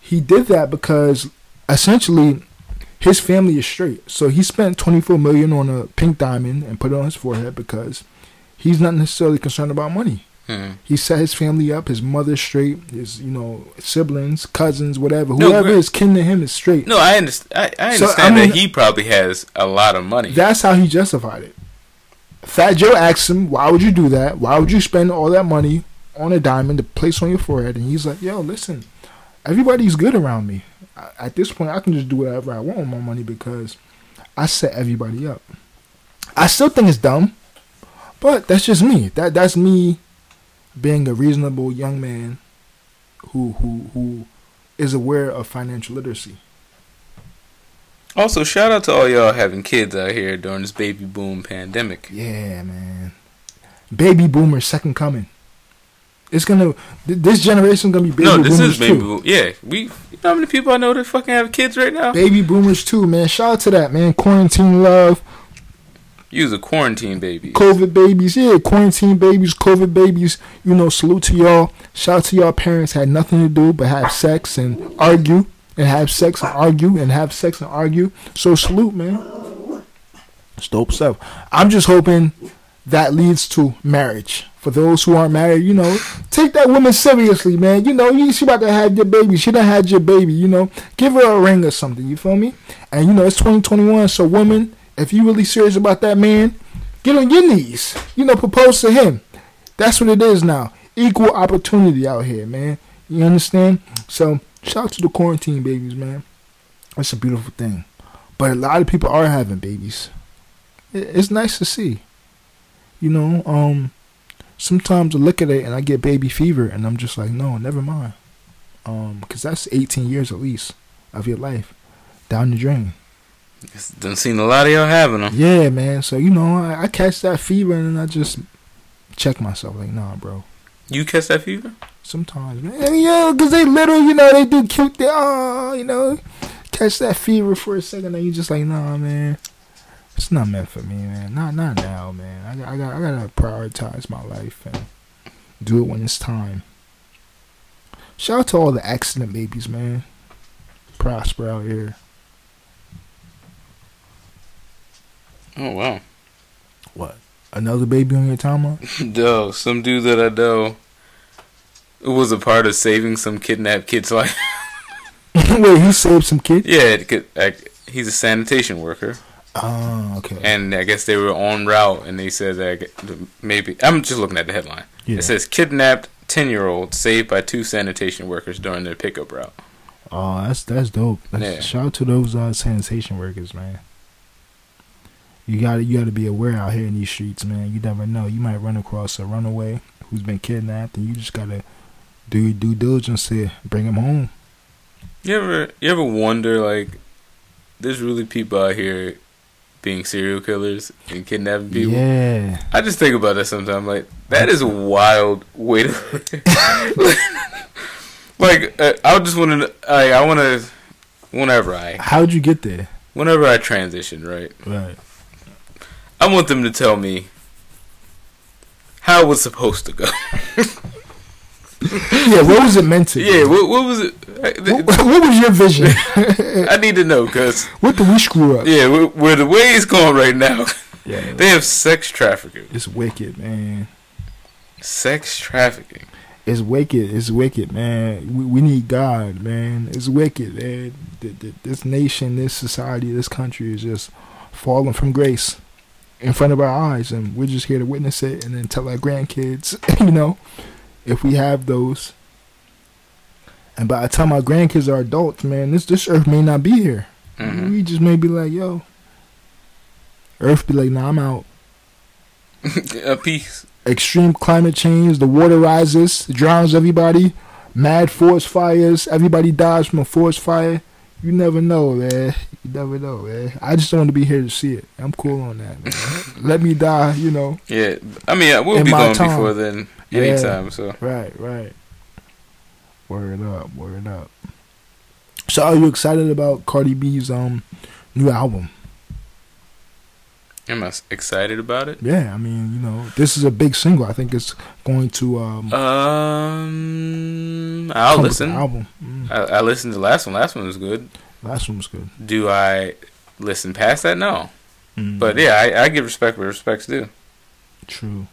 Speaker 2: he did that because essentially his family is straight. So he spent 24 million on a pink diamond and put it on his forehead because he's not necessarily concerned about money.
Speaker 4: Hmm.
Speaker 2: He set his family up, his mother's straight, his you know siblings, cousins, whatever,
Speaker 4: No,
Speaker 2: whoever
Speaker 4: but-
Speaker 2: is kin to him is straight.
Speaker 4: No, I understand. I, I
Speaker 2: So, I
Speaker 4: understand
Speaker 2: mean-
Speaker 4: that he probably has a lot of money.
Speaker 2: That's how he justified it. Fat Joe asked him, "Why would you do that? Why would you spend all that money on a diamond to place on your forehead, and he's like, "Yo, listen, everybody's good around me. I, at this point, I can just do whatever I want with my money because I set everybody up. I still think it's dumb, but that's just me. That that's me being a reasonable young man who who who is aware of financial literacy.
Speaker 4: Also, shout out to all y'all having kids out here during this baby boom pandemic.
Speaker 2: Yeah, man. Baby boomer second coming. It's gonna. Th- this generation's gonna be baby
Speaker 4: no, this
Speaker 2: boomers
Speaker 4: is baby
Speaker 2: too.
Speaker 4: boom. Yeah, we. You know how many people I know that fucking have kids right now?
Speaker 2: Baby boomers too, man. Shout out to that, man. Quarantine love,
Speaker 4: Use a quarantine baby.
Speaker 2: COVID babies. Yeah, quarantine babies, COVID babies. You know, salute to y'all. Shout out to y'all parents had nothing to do but have sex and argue and have sex and argue and have sex and argue. So salute, man. It's dope stuff. I'm just hoping that leads to marriage. For those who aren't married, you know, take that woman seriously, man. You know, you, she about to have your baby. She done had your baby, you know. Give her a ring or something, you feel me? And, you know, it's 2021, so women, if you really serious about that man, get on your knees. You know, propose to him. That's what it is now. Equal opportunity out here, man. You understand? So, shout out to the quarantine babies, man. It's a beautiful thing. But a lot of people are having babies. It- It's nice to see you know, um, sometimes I look at it and I get baby fever, and I'm just like, no, never mind, um, because that's 18 years at least of your life down the drain.
Speaker 4: Done seen a lot of y'all having them.
Speaker 2: Yeah, man. So you know, I, I catch that fever and then I just check myself, like, nah, bro.
Speaker 4: You catch that fever?
Speaker 2: Sometimes, man, and, yeah, because they little, you know, they do cute, they, oh, you know, catch that fever for a second, and you just like, nah, man. It's not meant for me, man. Not not now, man. I got I got I gotta prioritize my life and do it when it's time. Shout out to all the accident babies, man. Prosper out here.
Speaker 4: Oh wow.
Speaker 2: What? Another baby on your timeline? [LAUGHS]
Speaker 4: Duh, some dude that I know it was a part of saving some kidnapped kid's [LAUGHS] life.
Speaker 2: Wait, he saved some kid?
Speaker 4: yeah, it could, I, he's a sanitation worker,
Speaker 2: Oh, okay.
Speaker 4: and I guess they were on route, and they said that I g- maybe I'm just looking at the headline.
Speaker 2: Yeah.
Speaker 4: It says kidnapped ten year old saved by two sanitation workers during their pickup route.
Speaker 2: Oh, that's that's dope. That's,
Speaker 4: Yeah.
Speaker 2: Shout out to those uh, sanitation workers, man. You got to you got to be aware out here in these streets, man. You never know. You might run across a runaway who's been kidnapped, and you just gotta do your due diligence to bring him home.
Speaker 4: You ever you ever wonder like there's really people out here being serial killers and kidnapping people?
Speaker 2: Yeah,
Speaker 4: I just think about that sometimes. Like that is a wild way to. [LAUGHS] live. like uh, I just want to. I, I want to. Whenever I,
Speaker 2: how'd you get there?
Speaker 4: whenever I transition, right?
Speaker 2: Right.
Speaker 4: I want them to tell me how it was supposed to go. [LAUGHS]
Speaker 2: Yeah, what was it meant to? be?
Speaker 4: yeah. What, what was it? I,
Speaker 2: What,
Speaker 4: th-
Speaker 2: [LAUGHS] what was your vision?
Speaker 4: [LAUGHS] I need to know because
Speaker 2: what did we screw up?
Speaker 4: yeah, where, where the way it's going right
Speaker 2: [LAUGHS]
Speaker 4: now,
Speaker 2: Yeah.
Speaker 4: they have sex trafficking.
Speaker 2: It's wicked, man.
Speaker 4: Sex trafficking.
Speaker 2: It's wicked. It's wicked, man. We, we need God, man. It's wicked, man. Th- th- This nation, this society, this country is just falling from grace in front of our eyes, and we're just here to witness it and then tell our grandkids, [LAUGHS] you know, if we have those. And by the time our grandkids are adults, man, this this earth may not be here.
Speaker 4: Mhm.
Speaker 2: We just may be like, yo. Earth be like, nah, I'm out Mm-hmm.
Speaker 4: A piece.
Speaker 2: extreme climate change, the water rises, drowns everybody, mad forest fires, everybody dies from a forest fire. You never know, man. You never know, man. I just don't want to be here to see it. I'm cool on that,
Speaker 4: [LAUGHS]
Speaker 2: man. Let me die, you know.
Speaker 4: Yeah. I mean, I- we'll
Speaker 2: In
Speaker 4: be
Speaker 2: my
Speaker 4: gone
Speaker 2: time.
Speaker 4: before then.
Speaker 2: Yeah.
Speaker 4: Anytime. So.
Speaker 2: Right, right. Word up, word up. So are you excited about Cardi B's um new album?
Speaker 4: Am I s- excited about it?
Speaker 2: Yeah, I mean, you know, this is a big single. I think it's going to um
Speaker 4: Um, I'll
Speaker 2: come with the
Speaker 4: listen.
Speaker 2: album. Mm,
Speaker 4: I, I listened to the last one. Last one was good.
Speaker 2: last one was good.
Speaker 4: Do I listen past that? No.
Speaker 2: Mm.
Speaker 4: But yeah, I, I give respect where respect's due.
Speaker 2: True.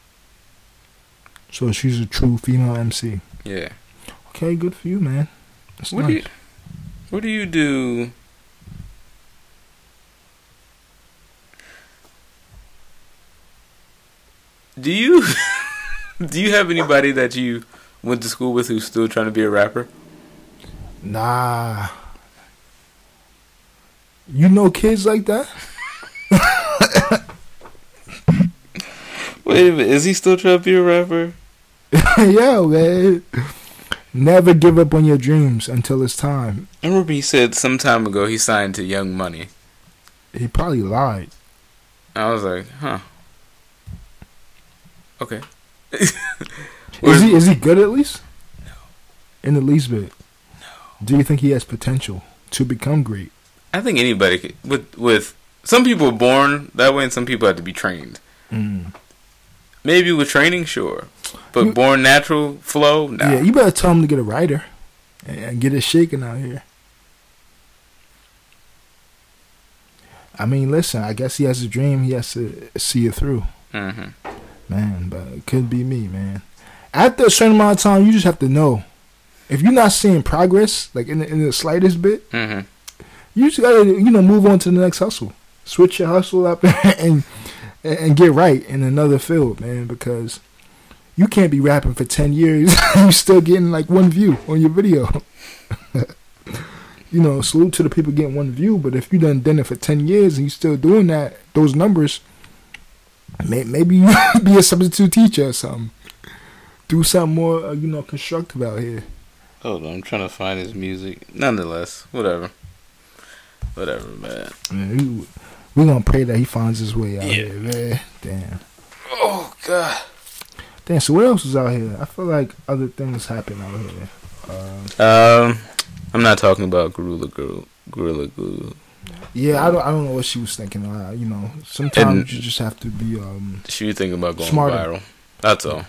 Speaker 2: So she's a true female MC.
Speaker 4: Yeah.
Speaker 2: Okay, good for you, man. That's
Speaker 4: What
Speaker 2: nice.
Speaker 4: do you? What do you do? Do you? [LAUGHS] Do you have anybody that you went to school with who's still trying to be a rapper?
Speaker 2: Nah. You know kids like that? [LAUGHS]
Speaker 4: Wait a minute, is he still trying to be a rapper?
Speaker 2: yeah, man. Never give up on your dreams until it's time.
Speaker 4: I remember he said some time ago he signed to Young Money.
Speaker 2: He probably lied.
Speaker 4: I was like, huh. Okay. [LAUGHS]
Speaker 2: Is he is he good at least? No. In the least bit. No. Do you think he has potential to become great?
Speaker 4: I think anybody could, with with some people are born that way and some people have to be trained.
Speaker 2: Mm.
Speaker 4: Maybe with training, sure, but
Speaker 2: You-
Speaker 4: born natural flow, no.
Speaker 2: Yeah, you better tell him to get a writer and, and get it shaken out here. I mean, listen. I guess he has a dream. He has to see it through,
Speaker 4: hmm
Speaker 2: man. But it could be me, man. After a certain amount of time, you just have to know. If you're not seeing progress, like in the, in the slightest bit,
Speaker 4: hmm
Speaker 2: you just gotta you know move on to the next hustle switch your hustle up [LAUGHS] and and get right in another field man because you can't be rapping for 10 years [LAUGHS] you still getting like one view on your video [LAUGHS] you know salute to the people getting one view but if you done done it for 10 years and you still doing that those numbers may, maybe you [LAUGHS] be a substitute teacher or something do something more uh, you know constructive out here
Speaker 4: Hold on, I'm trying to find his music. Nonetheless, whatever, whatever, man.
Speaker 2: man, we, we gonna pray that he finds his way out
Speaker 4: Yeah.
Speaker 2: here man damn
Speaker 4: Oh God,
Speaker 2: Damn, so what else is out here? I feel like other things happen out here. Um,
Speaker 4: um, I'm not talking about Gorilla Girl, Gorilla Glue.
Speaker 2: yeah, I don't, I don't know what she was thinking. Uh, you know, sometimes
Speaker 4: And-
Speaker 2: you just have to be um,
Speaker 4: She was thinking about going
Speaker 2: Smarter.
Speaker 4: viral. That's all.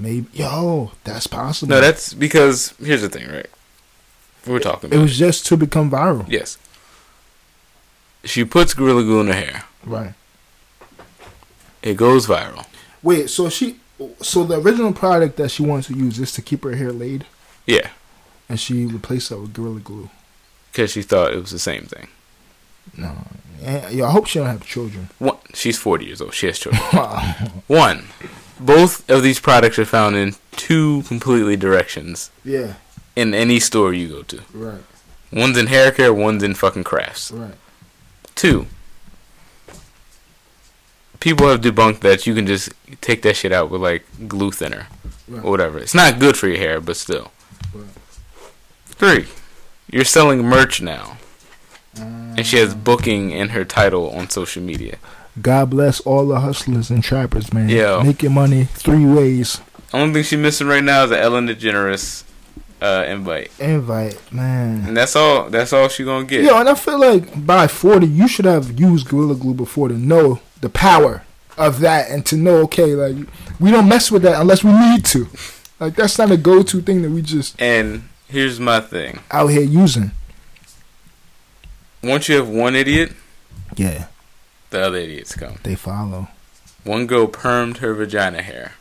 Speaker 2: maybe yo, that's possible.
Speaker 4: No, that's because here's the thing, right? We're talking.
Speaker 2: it
Speaker 4: About
Speaker 2: was just to become viral,
Speaker 4: yes. She puts Gorilla Glue in her hair.
Speaker 2: right?
Speaker 4: It goes viral.
Speaker 2: Wait, so she, so the original product that she wanted to use is to keep her hair laid,
Speaker 4: Yeah,
Speaker 2: and she replaced that with gorilla glue.
Speaker 4: because she thought it was the same thing.
Speaker 2: No, and, yo, I hope she don't have children. [LAUGHS]
Speaker 4: One, she's 40 years old. She has children.
Speaker 2: Wow.
Speaker 4: One, both of these products are found in two completely directions
Speaker 2: yeah,
Speaker 4: in any store you go to.
Speaker 2: right,
Speaker 4: One's in hair care, one's in fucking crafts.
Speaker 2: right.
Speaker 4: Two, people have debunked that you can just take that shit out with like glue thinner
Speaker 2: Right.
Speaker 4: or whatever. It's not good for your hair, but still.
Speaker 2: Right.
Speaker 4: Three, you're selling merch now.
Speaker 2: Uh,
Speaker 4: And she has booking in her title on social media.
Speaker 2: God bless all the hustlers and trappers, man.
Speaker 4: Yo.
Speaker 2: make your money three ways.
Speaker 4: Only thing she's missing right now is the Ellen DeGeneres uh, invite,
Speaker 2: Invite, man.
Speaker 4: and that's all. That's all she gonna get.
Speaker 2: Yo, and I feel like by 40, you should have used Gorilla Glue before to know the power of that and to know, okay, like, we don't mess with that unless we need to. Like, that's not a go to thing that we just
Speaker 4: And here's my thing:
Speaker 2: out here using.
Speaker 4: once you have one idiot,
Speaker 2: Yeah,
Speaker 4: the other idiots come.
Speaker 2: they follow.
Speaker 4: One girl permed her vagina hair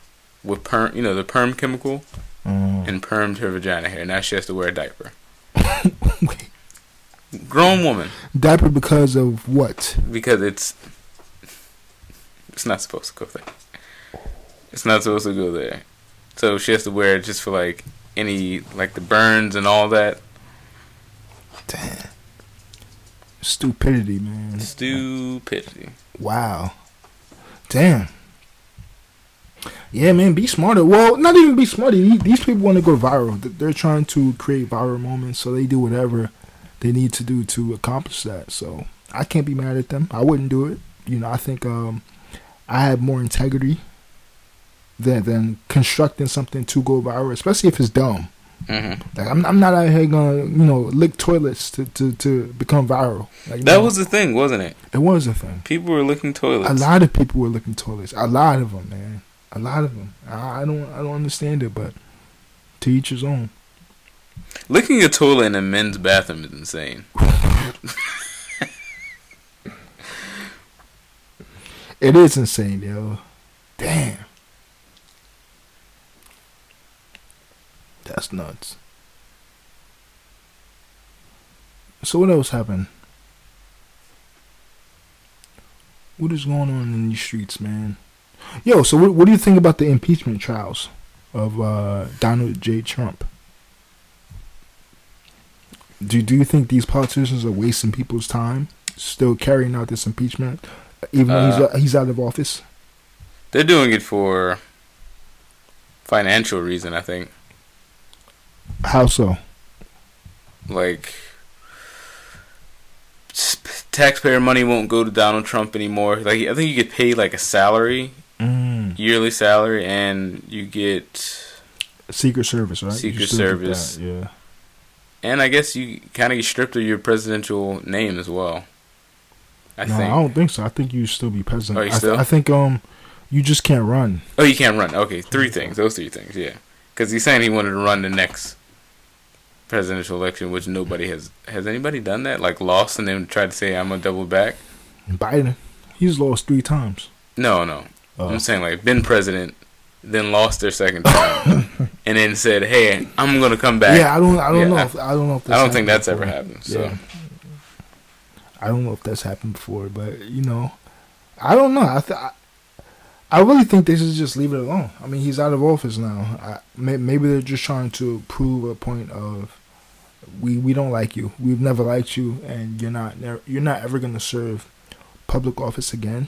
Speaker 4: with perm, you know, the perm chemical,
Speaker 2: Mm.
Speaker 4: and permed her vagina hair. Now she has to wear a diaper.
Speaker 2: Wait,
Speaker 4: Grown woman,
Speaker 2: Diaper because of what?
Speaker 4: because it's it's not supposed to go there. It's not supposed to go there. So she has to wear it just for like any like the burns and all that.
Speaker 2: Damn. Stupidity, man.
Speaker 4: Stupidity.
Speaker 2: Wow. Damn. Yeah, man, be smarter. Well, not even be smarter. These these people want to go viral. Th- They're trying to create viral moments, so they do whatever they need to do to accomplish that. So I can't be mad at them. I wouldn't do it. You know, I think um, I have more integrity than than constructing something to go viral, especially if it's dumb.
Speaker 4: hmm
Speaker 2: Like I'm, I'm not out here gonna you know lick toilets to to, to become viral. Like
Speaker 4: That
Speaker 2: no,
Speaker 4: was the thing, wasn't it?
Speaker 2: it was a thing.
Speaker 4: People were licking toilets.
Speaker 2: A lot of people were looking toilets. A lot of them, man. A lot of them. I, I don't. I don't understand it, but to each his own.
Speaker 4: Licking a toilet in a men's bathroom is insane.
Speaker 2: It is insane, yo. Damn. That's nuts. So what else happened? What is going on in these streets, man? Yo, so what, what do you think about the impeachment trials of uh, Donald J. Trump? Do do you think these politicians are wasting people's time, still carrying out this impeachment, even when he's he's out of office?
Speaker 4: They're doing it for financial reason, I think.
Speaker 2: How so?
Speaker 4: Like s- taxpayer money won't go to Donald Trump anymore. Like I think you get paid like a salary,
Speaker 2: Mm.
Speaker 4: yearly salary, and you get
Speaker 2: Secret Service, right? You
Speaker 4: Secret
Speaker 2: still get
Speaker 4: Service.
Speaker 2: that, yeah.
Speaker 4: and I guess you kind of get stripped of your presidential name as well. I
Speaker 2: no,
Speaker 4: think.
Speaker 2: I don't think so. I think you still be president.
Speaker 4: Oh, you
Speaker 2: I, th-
Speaker 4: still?
Speaker 2: I think um, you just can't run.
Speaker 4: Oh, you can't run. Okay, three things. Those three things. Yeah, because he's saying he wanted to run the next presidential election, which nobody has. Has anybody done that? Like lost and then tried to say I'm gonna double back.
Speaker 2: Biden, he's lost three times.
Speaker 4: No, no.
Speaker 2: Oh.
Speaker 4: I'm saying like been president, then lost their
Speaker 2: [LAUGHS]
Speaker 4: second time, and then said, "Hey, I'm gonna come back."
Speaker 2: Yeah, I don't. I don't
Speaker 4: Yeah,
Speaker 2: know.
Speaker 4: I-
Speaker 2: if, I don't know. If
Speaker 4: I don't
Speaker 2: happened
Speaker 4: think that's ever
Speaker 2: before.
Speaker 4: happened. So
Speaker 2: Yeah. I don't know if that's happened before, but you know, I don't know. I th- I, I really think they should just leave it alone. I mean, he's out of office now. I, may, maybe they're just trying to prove a point of we we don't like you. We've never liked you, and you're not ne- you're not ever gonna serve public office again.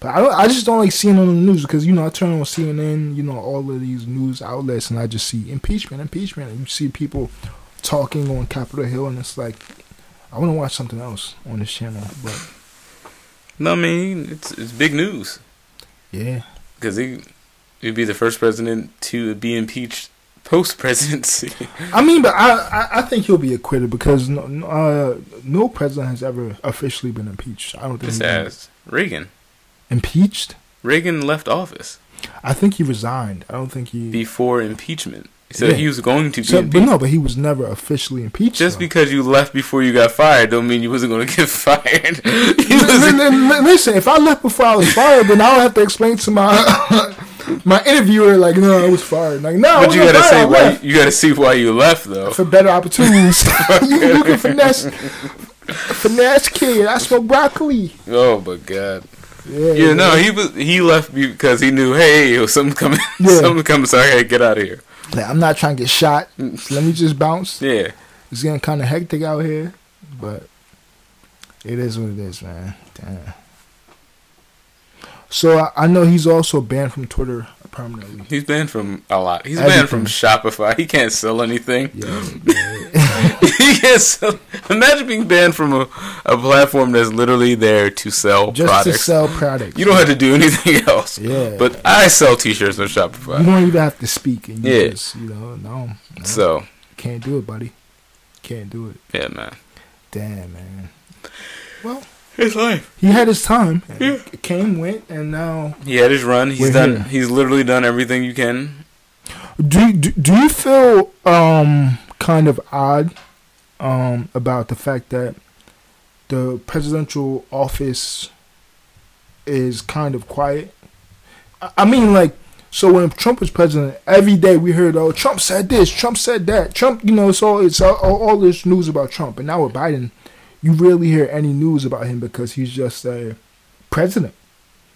Speaker 2: But I don't. I just don't like seeing it on the news because you know I turn on CNN, you know all of these news outlets, and I just see impeachment, impeachment, and you see people talking on Capitol Hill, and it's like I want to watch something else on this channel. But
Speaker 4: no, I mean it's it's big news
Speaker 2: yeah,
Speaker 4: because he he'd be the first president to be impeached post
Speaker 2: [LAUGHS]
Speaker 4: presidency.
Speaker 2: I mean, but I, I, I think he'll be acquitted because no, no, uh, no president has ever officially been impeached. I don't think he's
Speaker 4: Just
Speaker 2: been
Speaker 4: as Reagan.
Speaker 2: impeached.
Speaker 4: Reagan left office
Speaker 2: I think he resigned. I don't think he.
Speaker 4: before impeachment, so
Speaker 2: Yeah.
Speaker 4: he was going to be
Speaker 2: so, but
Speaker 4: impeached.
Speaker 2: no, but he was never officially impeached.
Speaker 4: Just
Speaker 2: though.
Speaker 4: because you left before you got fired, don't mean you wasn't going to get [LAUGHS] fired. You
Speaker 2: Li- li-
Speaker 4: wasn't-
Speaker 2: li- li- Listen, if I left before I was fired, then I'll have to explain to my [LAUGHS] my interviewer like, no, I was fired. Like, no, I
Speaker 4: but you
Speaker 2: wasn't
Speaker 4: gotta
Speaker 2: fired,
Speaker 4: say
Speaker 2: I
Speaker 4: why
Speaker 2: left
Speaker 4: you gotta see why you left though.
Speaker 2: for better opportunities. [LAUGHS] you, you can
Speaker 4: [LAUGHS]
Speaker 2: finesse, finesse kid. I smoke broccoli.
Speaker 4: Oh my god.
Speaker 2: Yeah,
Speaker 4: Yeah, no, he was he left because he knew, hey, yo, something coming, [LAUGHS]
Speaker 2: Yeah.
Speaker 4: something coming, so I gotta get out of here.
Speaker 2: Like, I'm not trying to get shot. Let me just bounce.
Speaker 4: Mm. Yeah,
Speaker 2: It's getting kind of hectic out here, but it is what it is, man. Damn. So I, I know he's also banned from Twitter
Speaker 4: [GASPS]
Speaker 2: permanently.
Speaker 4: he's banned from a lot. He's banned from
Speaker 2: Everything.
Speaker 4: Shopify. He can't sell anything.
Speaker 2: Yeah,
Speaker 4: [LAUGHS] he can't sell. Imagine being banned from a, a platform that's literally there to sell
Speaker 2: just
Speaker 4: products.
Speaker 2: to sell products.
Speaker 4: you don't have to do anything [LAUGHS] else.
Speaker 2: Yeah.
Speaker 4: But I sell T-shirts on
Speaker 2: You
Speaker 4: Shopify,
Speaker 2: don't even have to speak, and you
Speaker 4: Yeah.
Speaker 2: just you know no, no,
Speaker 4: so
Speaker 2: can't do it, buddy. Can't do it.
Speaker 4: yeah, man.
Speaker 2: Damn, man. Well,
Speaker 4: It's life.
Speaker 2: he had his time. It came, went, and now
Speaker 4: He had his run. He's
Speaker 2: We're
Speaker 4: done.
Speaker 2: here.
Speaker 4: He's literally done everything you can.
Speaker 2: do do, do you feel um kind of odd um about the fact that the presidential office is kind of quiet? I, I mean, like, so when Trump was president, every day we heard, "Oh, Trump said this, Trump said that, Trump." You know, it's all it's all, all this news about Trump, and now with Biden, you rarely hear any news about him because he's just a president.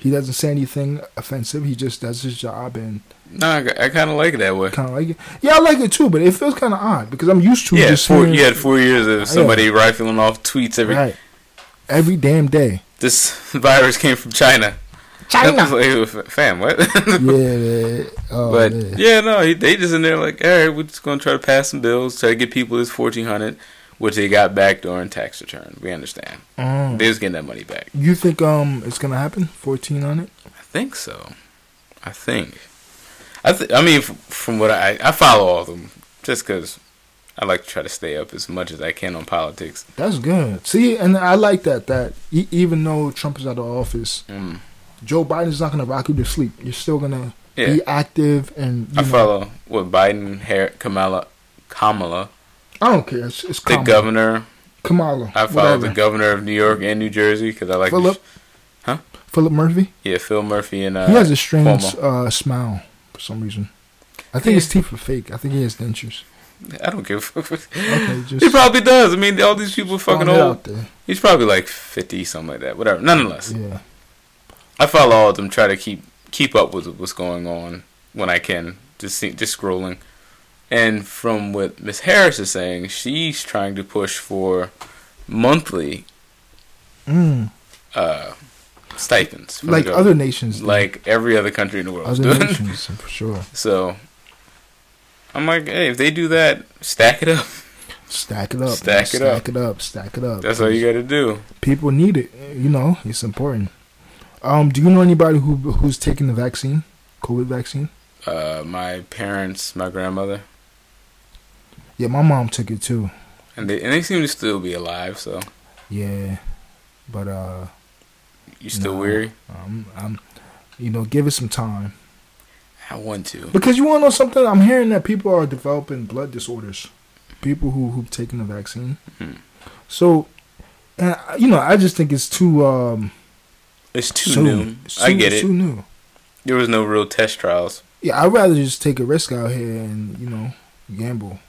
Speaker 2: He doesn't say anything offensive. He just does his job and
Speaker 4: No, I, I kind of like it that way.
Speaker 2: kind of like it. Yeah, I like it too, but it feels kind of odd because I'm used to
Speaker 4: Yeah,
Speaker 2: just
Speaker 4: four,
Speaker 2: hearing-
Speaker 4: you had four years of somebody rifling off tweets every.
Speaker 2: right every damn day.
Speaker 4: This [LAUGHS] virus came from China. Like, fam, what? [LAUGHS]
Speaker 2: yeah, oh,
Speaker 4: but
Speaker 2: man.
Speaker 4: yeah, no, he, they just in there like, all right, we're just gonna try to pass some bills, try to get people this fourteen hundred, which they got back during tax return. We understand.
Speaker 2: Mm.
Speaker 4: They was getting that money back.
Speaker 2: You think um it's gonna happen? Fourteen on it?
Speaker 4: I think so. I think. I th- I mean, f- from what I I follow all of them just because I like to try to stay up as much as I can on politics.
Speaker 2: That's good. See, and I like that. That e- even though Trump is out of office,
Speaker 4: Mm.
Speaker 2: Joe Biden's not gonna rock you to sleep. You're still gonna
Speaker 4: Yeah,
Speaker 2: be active and. You
Speaker 4: I
Speaker 2: know,
Speaker 4: follow what Biden, Har- Kamala, Kamala,
Speaker 2: I don't care. It's, it's
Speaker 4: the
Speaker 2: Kamala.
Speaker 4: governor.
Speaker 2: Kamala.
Speaker 4: I follow
Speaker 2: whatever.
Speaker 4: the governor of New York and New Jersey because I like
Speaker 2: Philip.
Speaker 4: Huh?
Speaker 2: Philip Murphy.
Speaker 4: Yeah, Phil Murphy and uh,
Speaker 2: He has a strange
Speaker 4: Cuomo.
Speaker 2: uh, smile for some reason. I think his teeth are fake. I think he has dentures.
Speaker 4: I don't give a fuck. [LAUGHS]
Speaker 2: Okay, just
Speaker 4: He probably does. I mean, all these people are fucking
Speaker 2: throwing it
Speaker 4: old.
Speaker 2: out there.
Speaker 4: He's probably like fifty, something like that. Whatever. Nonetheless,
Speaker 2: Yeah.
Speaker 4: I follow all of them. Try to keep keep up with what's going on when I can. Just see, just scrolling. And from what Miss Harris is saying, she's trying to push for monthly
Speaker 2: Mm.
Speaker 4: uh, stipends, from the
Speaker 2: Like
Speaker 4: government.
Speaker 2: other nations, do.
Speaker 4: uh, like [LAUGHS] every other country in the world is
Speaker 2: other
Speaker 4: doing.
Speaker 2: nations for sure.
Speaker 4: [LAUGHS] so I'm like, hey, if they do that, stack it up.
Speaker 2: Stack it up,
Speaker 4: Stack it up.
Speaker 2: stack it up, stack it up.
Speaker 4: That's all you got to do.
Speaker 2: People need it. You know, it's important. Um, do you know anybody who who's taking the vaccine, COVID vaccine?
Speaker 4: Uh, my parents, my grandmother,
Speaker 2: Yeah, my mom took it too.
Speaker 4: and they and they seem to still be alive. So
Speaker 2: Yeah, but uh,
Speaker 4: you still
Speaker 2: No.
Speaker 4: weary?
Speaker 2: um, I'm, you know, give it some time
Speaker 4: I want to.
Speaker 2: because you want to know something. I'm hearing that people are developing blood disorders. People who who've taken the vaccine.
Speaker 4: Mhm.
Speaker 2: So, and I- you know, I just think it's too um
Speaker 4: It's too
Speaker 2: soon.
Speaker 4: new.
Speaker 2: It's
Speaker 4: I
Speaker 2: too-
Speaker 4: get
Speaker 2: it's
Speaker 4: it.
Speaker 2: Too new.
Speaker 4: There was no real test trials.
Speaker 2: Yeah, I'd rather just take a risk out here and, you know, gamble.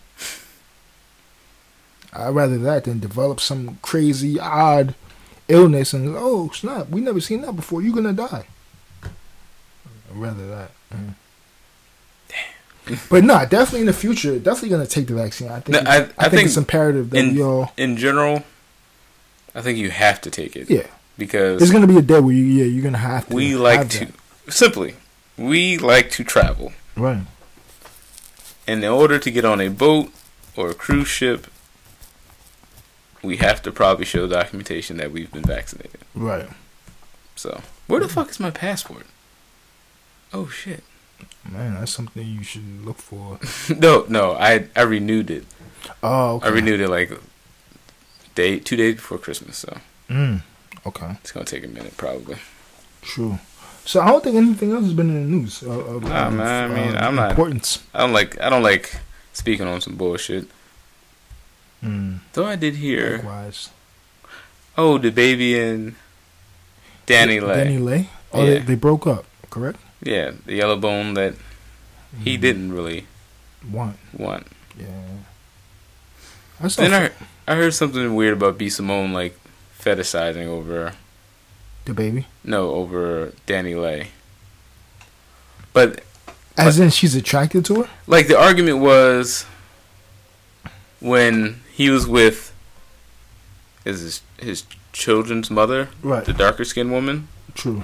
Speaker 2: I'd rather that than develop some crazy, odd illness and, oh, snap, we never seen that before. You're going to die. I'd rather that. Mm. but no, definitely in the future, definitely going to take the vaccine. I think,
Speaker 4: No, I-
Speaker 2: I,
Speaker 4: I
Speaker 2: think,
Speaker 4: think
Speaker 2: it's imperative that
Speaker 4: in-
Speaker 2: we all,
Speaker 4: In general, I think you have to take it.
Speaker 2: yeah. There's
Speaker 4: Because
Speaker 2: going to be a day where you, yeah, you're going to have to.
Speaker 4: we like
Speaker 2: have
Speaker 4: to
Speaker 2: that.
Speaker 4: simply we like to travel.
Speaker 2: Right.
Speaker 4: And in order to get on a boat or a cruise ship, we have to probably show documentation that we've been vaccinated.
Speaker 2: Right.
Speaker 4: So where the fuck is my passport? Oh shit.
Speaker 2: Man, that's something you should look for.
Speaker 4: [LAUGHS] no, no, I I renewed it.
Speaker 2: Oh, okay.
Speaker 4: I renewed it like day two days before Christmas, so
Speaker 2: Mm, okay.
Speaker 4: it's gonna take a minute probably.
Speaker 2: True. So I don't think anything else has been in the news. Uh, uh,
Speaker 4: Nah, man, I mean, I'm not-
Speaker 2: Importance.
Speaker 4: I don't like I don't like speaking on some bullshit.
Speaker 2: Mm,
Speaker 4: Though I did hear
Speaker 2: Likewise.
Speaker 4: Oh, the baby and Danny Lay.
Speaker 2: Danny Lay. Oh, they,
Speaker 4: Yeah.
Speaker 2: they broke up, correct?
Speaker 4: Yeah, the yellow bone that he didn't really
Speaker 2: One.
Speaker 4: want.
Speaker 2: Yeah. I saw
Speaker 4: Then I I heard something weird about B Simone like fetishizing over
Speaker 2: the baby.
Speaker 4: no over Danny Lay. But
Speaker 2: As in, she's attracted to her?
Speaker 4: like the argument was when he was with is his his children's mother,
Speaker 2: Right.
Speaker 4: the darker skinned woman.
Speaker 2: True.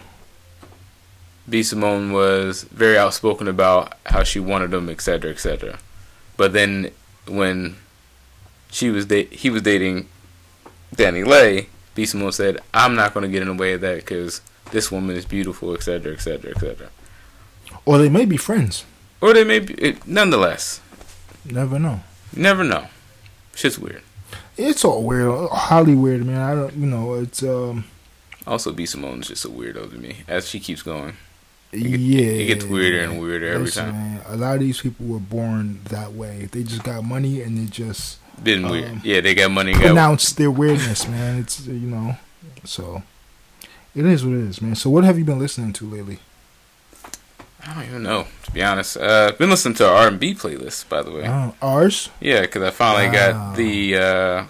Speaker 4: B. Simone was very outspoken about how she wanted him, et cetera, et cetera. But then when she was da- he was dating Danny Lay, B. Simone said, "I'm not going to get in the way of that because this woman is beautiful, et cetera, et cetera, et cetera."
Speaker 2: Or they may be friends.
Speaker 4: Or they may be, it, nonetheless,
Speaker 2: Never know.
Speaker 4: you never know. Shit's weird.
Speaker 2: It's all weird. Highly weird, man. I don't, you know, it's, um,
Speaker 4: Also, B. Simone's just a weirdo to me as she keeps going. get-
Speaker 2: yeah.
Speaker 4: it gets weirder and weirder every time.
Speaker 2: man, a lot of these people were born that way. They just got money and they just
Speaker 4: Been weird.
Speaker 2: Um,
Speaker 4: Yeah, they got money. Got,
Speaker 2: pronounce their weirdness, man. It's uh, you know, so it is what it is, man. So what have you been listening to lately?
Speaker 4: I don't even know to be honest. Uh, been listening to our R&B playlist, by the way.
Speaker 2: Uh, ours.
Speaker 4: Yeah, because I finally
Speaker 2: Wow.
Speaker 4: got the uh,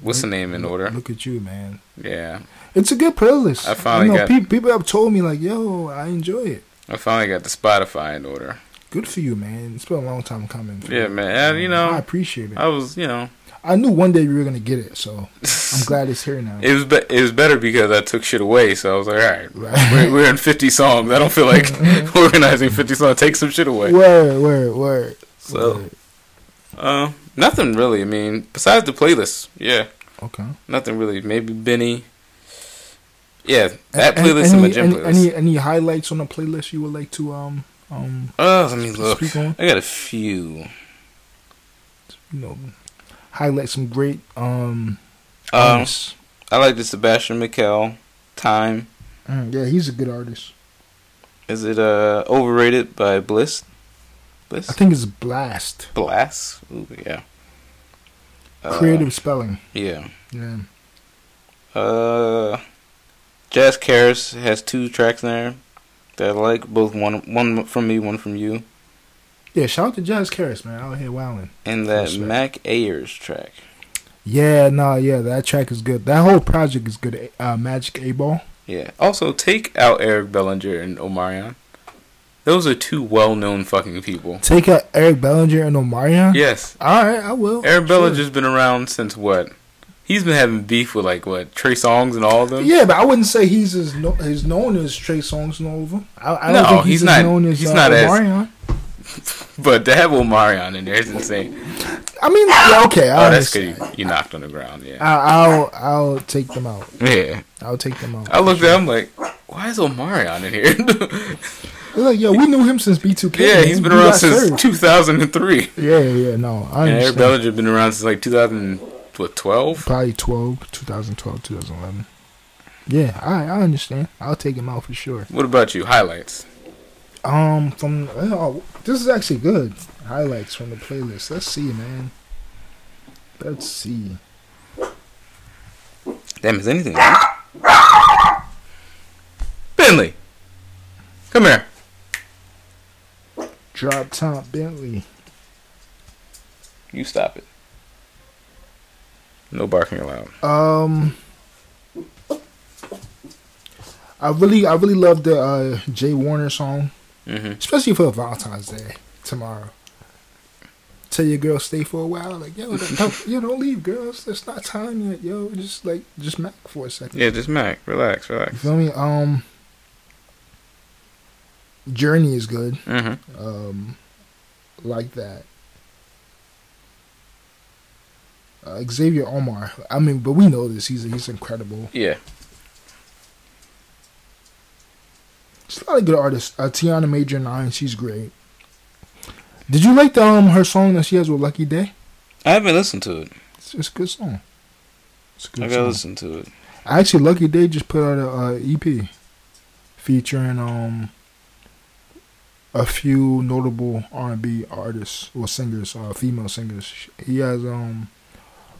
Speaker 4: what's the name in order?
Speaker 2: Look at you, man.
Speaker 4: Yeah,
Speaker 2: It's a good playlist.
Speaker 4: I finally
Speaker 2: you know,
Speaker 4: got-
Speaker 2: pe- people have told me like, yo, I enjoy it.
Speaker 4: I finally got the Spotify in order.
Speaker 2: Good for you, man. It's been a long time coming. for
Speaker 4: Yeah,
Speaker 2: you.
Speaker 4: man, and, you know, Uh,
Speaker 2: I appreciate it.
Speaker 4: I was, you know,
Speaker 2: I knew one day you were gonna get it, so
Speaker 4: [LAUGHS]
Speaker 2: I'm glad it's here now.
Speaker 4: it was be- it was better because I took shit away. So I was like, all right,
Speaker 2: Right.
Speaker 4: we're, we're in fifty songs. I don't
Speaker 2: [LAUGHS]
Speaker 4: feel like organizing fifty songs. Take some shit away.
Speaker 2: Word, word, word.
Speaker 4: So-
Speaker 2: Word.
Speaker 4: Uh, nothing really. I mean, besides the playlist, yeah,
Speaker 2: okay.
Speaker 4: nothing really. Maybe Benny. Yeah, that
Speaker 2: An-
Speaker 4: playlist and my
Speaker 2: any,
Speaker 4: gym
Speaker 2: any,
Speaker 4: playlist.
Speaker 2: any any highlights on the playlist you would like to um um
Speaker 4: oh, let me look.
Speaker 2: Speak on.
Speaker 4: I got a few.
Speaker 2: you know highlight some great um,
Speaker 4: Um,
Speaker 2: artists.
Speaker 4: I like the Sebastian Mikkel. Time.
Speaker 2: Mm, yeah he's a good artist
Speaker 4: Is it uh overrated by Bliss? Bliss?
Speaker 2: i think it's blast
Speaker 4: Blast? Ooh, yeah. Uh,
Speaker 2: creative spelling
Speaker 4: Yeah.
Speaker 2: yeah
Speaker 4: Uh Jazz Karis has two tracks in there that I like, both one one from me, one from you.
Speaker 2: yeah shout out to jazz Karras, man out here wowing
Speaker 4: And that
Speaker 2: Respect.
Speaker 4: Mac Ayers track.
Speaker 2: yeah no yeah that track is good that whole project is good uh, magic a ball
Speaker 4: Yeah. Also, take out Eric Bellinger and Omarion. Those are two well-known fucking people.
Speaker 2: Take out Eric Bellinger and Omarion.
Speaker 4: Yes.
Speaker 2: All right, I will.
Speaker 4: Eric
Speaker 2: Oh, Sure.
Speaker 4: Bellinger's been around since what? He's been having beef with like what Trey Songs and all of them.
Speaker 2: Yeah, but I wouldn't say he's as no, as known as Trey Songz and all of them. I, I don't
Speaker 4: No,
Speaker 2: think he's,
Speaker 4: he's
Speaker 2: as
Speaker 4: not-
Speaker 2: known as
Speaker 4: he's
Speaker 2: uh,
Speaker 4: not as-
Speaker 2: Omarion.
Speaker 4: But to have Omarion in there is insane.
Speaker 2: I mean, yeah, okay, I
Speaker 4: Oh, that's
Speaker 2: understand.
Speaker 4: good. You, you knocked on the ground. Yeah.
Speaker 2: I, I'll I'll take them out.
Speaker 4: Yeah.
Speaker 2: I'll take them out.
Speaker 4: I looked at him like, why is Omarion in here? [LAUGHS]
Speaker 2: They're like, yo, we knew him since B2K.
Speaker 4: yeah,
Speaker 2: man.
Speaker 4: he's been
Speaker 2: We
Speaker 4: around
Speaker 2: got
Speaker 4: since
Speaker 2: served.
Speaker 4: 2003.
Speaker 2: Yeah, yeah, yeah, no, I
Speaker 4: And
Speaker 2: understand.
Speaker 4: Eric Bellinger been around since like 2012.
Speaker 2: Probably 12, 2012, 2011. Yeah, I I understand. I'll take him out for sure.
Speaker 4: What about you? Highlights.
Speaker 2: Um, from oh, this is actually good highlights from the playlist. Let's see, man. Let's see.
Speaker 4: Damn, is anything? Bentley, come here.
Speaker 2: Drop top Bentley.
Speaker 4: You stop it. No barking allowed.
Speaker 2: Um, I really, I really love the uh, Jay Warner song,
Speaker 4: Mm-hmm.
Speaker 2: especially for Valentine's Day tomorrow. Tell your girl stay for a while, like yo, don't, don't, yo, don't leave, girls. It's not time yet, yo. Just like, just mac for a second.
Speaker 4: Yeah, just Mac. Relax,
Speaker 2: You
Speaker 4: relax.
Speaker 2: feel me? Um, Journey is good.
Speaker 4: Mm-hmm.
Speaker 2: Um, like that. Uh, Xavier Omar. I mean, but we know this. He's he's incredible.
Speaker 4: Yeah.
Speaker 2: She's a lot of good artists. Uh, Tiana Major Nine, she's great. Did you like the, um her song that she has with Lucky Day?
Speaker 4: I haven't listened to it.
Speaker 2: It's, it's a good song. It's a
Speaker 4: I
Speaker 2: good
Speaker 4: gotta
Speaker 2: song.
Speaker 4: listen to it.
Speaker 2: Actually, Lucky Day just put out a, uh EP featuring um a few notable R and B artists or singers, uh, female singers. He has um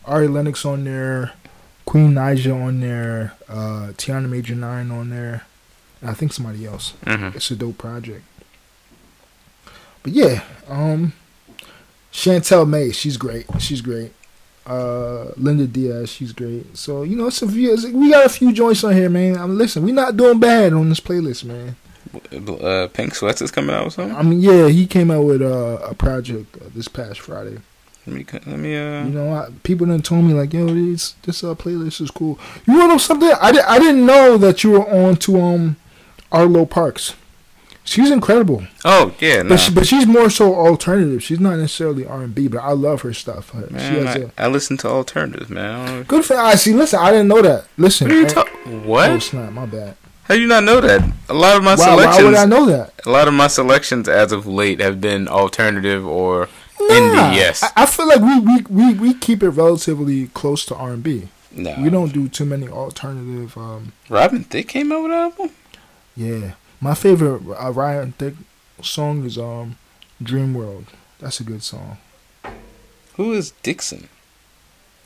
Speaker 2: Ari Lennox on there, Queen Naija on there, uh, Tiana Major Nine on there, and I think somebody else
Speaker 4: Mm-hmm.
Speaker 2: it's a dope project. But yeah, um Chantel May, she's great. She's great. Uh Linda Diaz, she's great. So, you know, it's a few it's- we got a few joints on here, man. I'm listen, we're not doing bad on this playlist, man.
Speaker 4: Uh, Pink Sweats is coming out or something.
Speaker 2: I mean, yeah, he came out with uh, a project uh, this past Friday.
Speaker 4: Let me, let me.
Speaker 2: You
Speaker 4: Uh,
Speaker 2: know, I, people done told me like, "Yo, this this uh, playlist is cool." You wanna know something? I, di- I didn't know that you were on to um Arlo Parks. She's incredible.
Speaker 4: oh yeah, no.
Speaker 2: But, she, but she's more so alternative. She's not necessarily R and B, but I love her stuff. Her- she
Speaker 4: Man,
Speaker 2: has
Speaker 4: I,
Speaker 2: a
Speaker 4: I listen to alternatives, man. I don't-
Speaker 2: good. For, I see. Listen, I didn't know that. Listen,
Speaker 4: What are you
Speaker 2: eh,
Speaker 4: talking?
Speaker 2: oh
Speaker 4: What?
Speaker 2: snap, my bad.
Speaker 4: How do you not know that? A lot of my
Speaker 2: Why, why
Speaker 4: selections,
Speaker 2: would I know that?
Speaker 4: a lot of my selections as of late have been alternative or
Speaker 2: Nah,
Speaker 4: indie. Yes,
Speaker 2: I, I feel like we, we, we, we keep it relatively close to R and B.
Speaker 4: no.
Speaker 2: We don't do too many alternative. Um,
Speaker 4: Robin Thicke came out with an album.
Speaker 2: yeah, my favorite uh, Ryan Thick song is um, Dream World. That's a good song.
Speaker 4: Who is Dixon?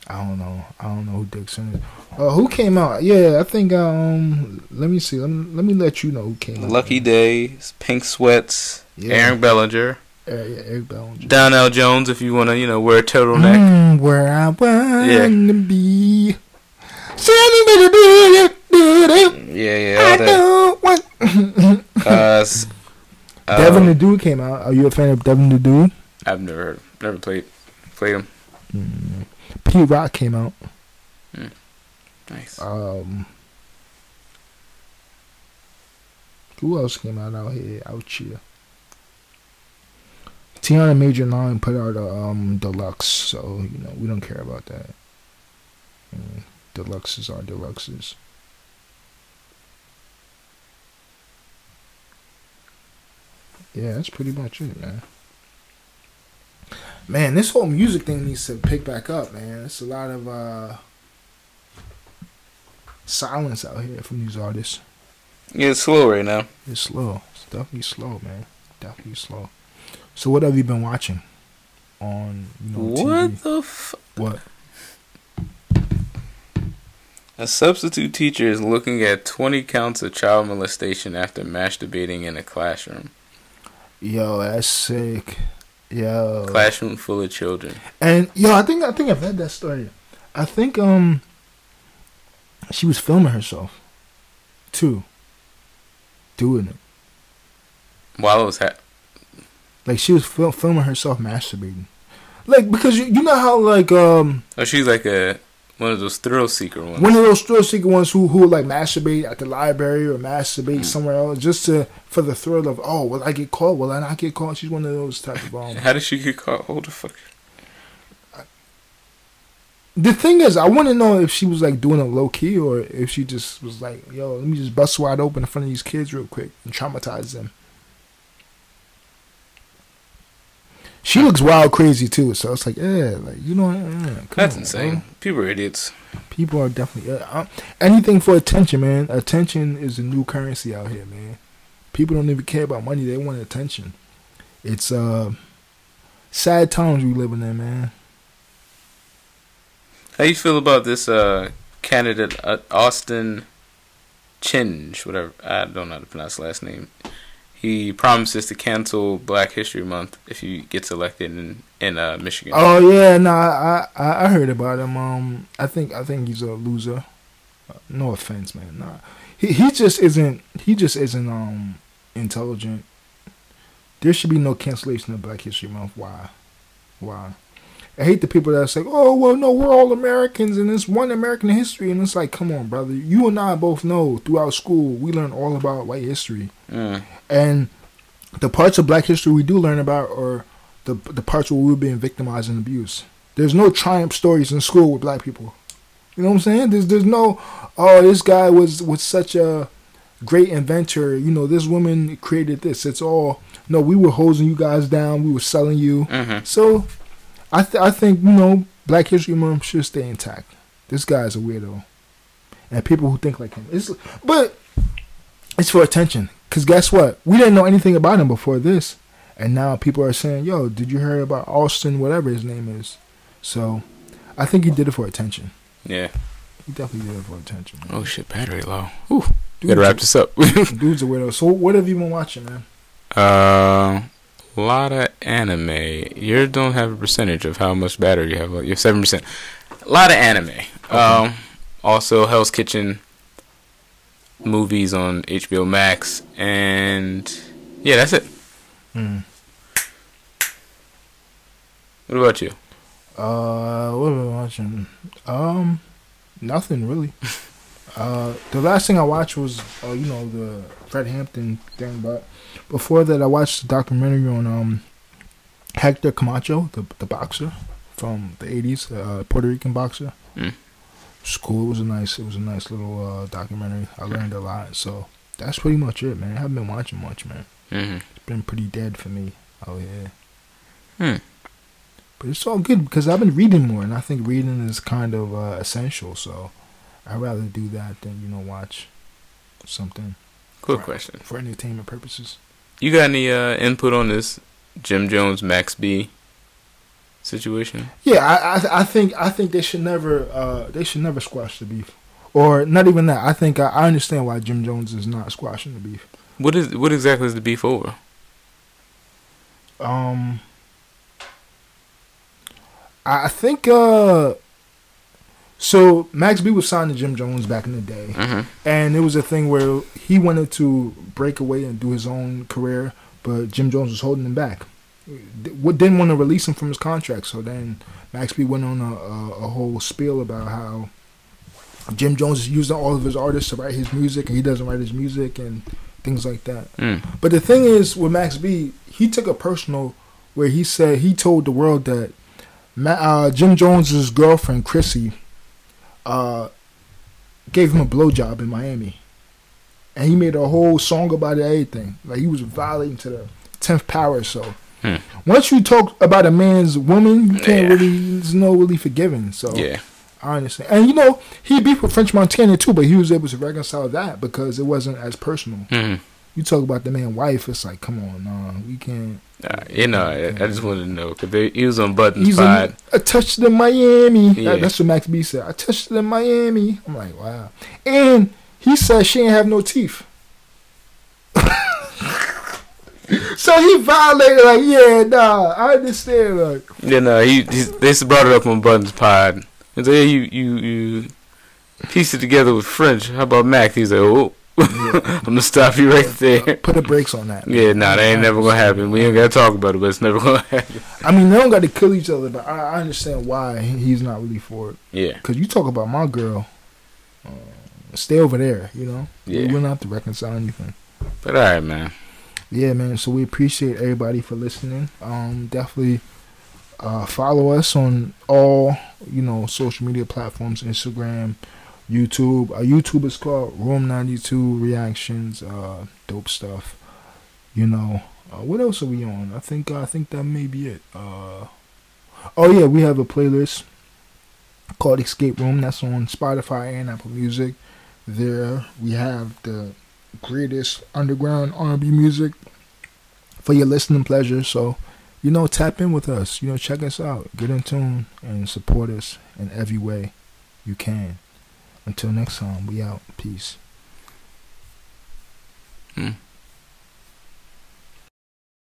Speaker 2: I don't know. I don't know who Dixon is. Uh, who came out? Yeah, I think. Um, let me see. Let me, let me let you know who came out.
Speaker 4: Lucky Day, Pink Sweats,
Speaker 2: Yeah.
Speaker 4: Aaron Bellinger,
Speaker 2: Uh, yeah, Eric Bellinger.
Speaker 4: Donnell Jones. If you want to, you know, wear a turtleneck.
Speaker 2: Mm, where I want
Speaker 4: Yeah.
Speaker 2: to be. Send me to be, do, do,
Speaker 4: Yeah, yeah.
Speaker 2: Mm. I
Speaker 4: All that.
Speaker 2: don't want.
Speaker 4: Uh, s-
Speaker 2: [LAUGHS]
Speaker 4: uh,
Speaker 2: Devin the Dude came out. Are you a fan of Devin the Dude?
Speaker 4: I've never heard, never played, played him.
Speaker 2: P Rock came out.
Speaker 4: Nice.
Speaker 2: Um, who else came out out here? Out here. Tiana Major Nine put out a um, deluxe, so you know we don't care about that. Mm, deluxes are deluxes. Yeah, that's pretty much it, man. Man, this whole music thing needs to pick back up, man. It's a lot of uh silence out here from these artists.
Speaker 4: Yeah, it's slow right now.
Speaker 2: It's slow. It's definitely slow, man. Definitely slow. So what have you been watching on you know
Speaker 4: What
Speaker 2: TV?
Speaker 4: the f?
Speaker 2: What?
Speaker 4: A substitute teacher is looking at 20 counts of child molestation after masturbating in a classroom.
Speaker 2: Yo, that's sick.
Speaker 4: Oh.
Speaker 2: Yo.
Speaker 4: Classroom full of children.
Speaker 2: And yo, I think I think I've heard that story. I think um she was filming herself too. Doing it.
Speaker 4: While it was ha-
Speaker 2: Like she was fil- filming herself masturbating. Like because you, you know how like um
Speaker 4: oh, she's like a one of those thrill seeker ones.
Speaker 2: one of those thrill seeker ones who who like masturbate at the library or
Speaker 4: Mm.
Speaker 2: masturbate somewhere else just to for the thrill of oh will I get caught will I not get caught she's one of those type of
Speaker 4: [LAUGHS]
Speaker 2: um
Speaker 4: How did she get caught? Hold the fuck.
Speaker 2: the thing is I want to know if she was like doing it low key or if she just was like yo let me just bust wide open in front of these kids real quick and traumatize them. She looks wild crazy too, so it's like yeah like you know yeah, come
Speaker 4: That's
Speaker 2: on,
Speaker 4: insane. People are idiots.
Speaker 2: People are definitely uh, uh, anything for attention, man. Attention is the new currency out here, man. People don't even care about money; they want attention. It's uh, sad times we living in, man.
Speaker 4: How you feel about this uh, candidate uh, Austin Chinge, whatever I don't know how to pronounce his last name. He promises to cancel Black History Month if he gets elected in in uh, Michigan.
Speaker 2: Oh yeah, no, I I, I heard about him. Um, I think I think he's a loser. Uh, No offense, man. Nah, he he just isn't. He just isn't um intelligent. There should be no cancellation of Black History Month. Why? Why? I hate the people that say, "Oh well, no, we're all Americans, and it's one American history." And it's like, come on, brother. You and I both know throughout school we learn all about white history
Speaker 4: Mm.
Speaker 2: and the parts of black history we do learn about are the the parts where we were being victimized and abused. There's no triumph stories in school with black people. You know what I'm saying? There's there's no oh this guy was was such a great inventor. You know this woman created this. It's all no. We were hosing you guys down. We were selling you.
Speaker 4: Mhm.
Speaker 2: So I th- I think you know Black History Month should stay intact. This guy's a weirdo, and people who think like him. It's but it's for attention. Cause guess what? We didn't know anything about him before this, and now people are saying, "Yo, did you hear about Austin? Whatever his name is." So, I think he did it for attention.
Speaker 4: Yeah.
Speaker 2: He definitely did it for attention. Man.
Speaker 4: Oh shit, battery low. Ooh.
Speaker 2: Dude's
Speaker 4: Gotta wrap this up. [LAUGHS]
Speaker 2: a- dude's a weirdo. So, what have you been watching, man?
Speaker 4: Uh, lot of anime. You don't have a percentage of how much battery you have. left. You're seven percent. A lot of anime. Um, also Hell's Kitchen movies on HBO Max, and yeah, that's it. What about you?
Speaker 2: Uh, what have I been watching? Um, nothing really. Uh, the last thing I watched was, uh, you know, the Fred Hampton thing. But before that, I watched a documentary on um Hector Camacho, the the boxer from the '80s, uh, Puerto Rican boxer.
Speaker 4: Mm.
Speaker 2: It's cool. It was a nice. It was a nice little uh, documentary. I learned a lot. So that's pretty much it, man. I haven't been watching much, man.
Speaker 4: hmm
Speaker 2: It's been pretty dead for me. Oh yeah.
Speaker 4: Hmm.
Speaker 2: But it's all good because I've been reading more, and I think reading is kind of uh, essential. So I'd rather do that than you know watch something
Speaker 4: Cool
Speaker 2: Right.
Speaker 4: question.
Speaker 2: for entertainment purposes.
Speaker 4: You got any uh, input on this Jim Jones Max B situation?
Speaker 2: Yeah, I I, I think I think they should never uh, they should never squash the beef, or not even that. I think I, I understand why Jim Jones is not squashing the beef.
Speaker 4: What is what exactly is the beef over?
Speaker 2: Um, I I think uh, so Max B was signed to Jim Jones back in the day.
Speaker 4: hmm
Speaker 2: and it was a thing where he wanted to break away and do his own career, but Jim Jones was holding him back. D- Didn't want to release him from his contract, so then Max B went on a, a, a whole spiel about how Jim Jones is using all of his artists to write his music, and he doesn't write his music, and things like that.
Speaker 4: Mm.
Speaker 2: But the thing is, with Max B, he took a personal where he said he told the world that Ma- uh, Jim Jones's girlfriend Chrissy uh, gave him a blowjob in Miami, and he made a whole song about it. Everything like he was violating to the tenth power. or So
Speaker 4: Hmm.
Speaker 2: once you talk about a man's woman, you can't
Speaker 4: Yeah.
Speaker 2: really there's no really forgiving. So
Speaker 4: Yeah.
Speaker 2: I understand, and you know he beef with French Montana too, but he was able to reconcile that because it wasn't as personal
Speaker 4: hmm
Speaker 2: you talk about the man wife, it's like, come on, nah, we can't.
Speaker 4: Uh, you know, I, I just wanted to know because he was on Buttons
Speaker 2: He's
Speaker 4: Pod.
Speaker 2: in, I touched it in Miami. That-
Speaker 4: Yeah.
Speaker 2: that's what Max B said. I touched it in Miami. I'm like, wow. And he said she ain't have no teeth. [LAUGHS] so he violated, like, yeah, nah, I understand. Like,
Speaker 4: [LAUGHS] Yeah, no, he, he's, they just brought it up on Buttons Pod. And so, yeah, you, you, you piece it together with French. How about Mac? He's like, oh, [LAUGHS] I'm gonna stop you right there.
Speaker 2: Put the brakes on that.
Speaker 4: Yeah, nah, that ain't never gonna happen. We ain't gotta talk about it, but it's never gonna [LAUGHS] happen.
Speaker 2: I mean, they don't got to kill each other, but I, I understand why he's not really for it.
Speaker 4: Yeah,
Speaker 2: Cause you talk about my girl, uh, stay over there. You know,
Speaker 4: Yeah.
Speaker 2: we will not have to reconcile anything.
Speaker 4: but all right, man.
Speaker 2: yeah man so we appreciate everybody for listening um definitely uh follow us on all you know social media platforms instagram youtube our youtube is called room 92 reactions uh dope stuff you know uh, what else are we on i think uh, i think that may be it uh oh yeah we have a playlist called escape room that's on spotify and apple music there we have the greatest underground R&B music for your listening pleasure. So, you know, tap in with us. You know, check us out. Get in tune and support us in every way you can. Until next time, we out. Peace.
Speaker 4: Mm.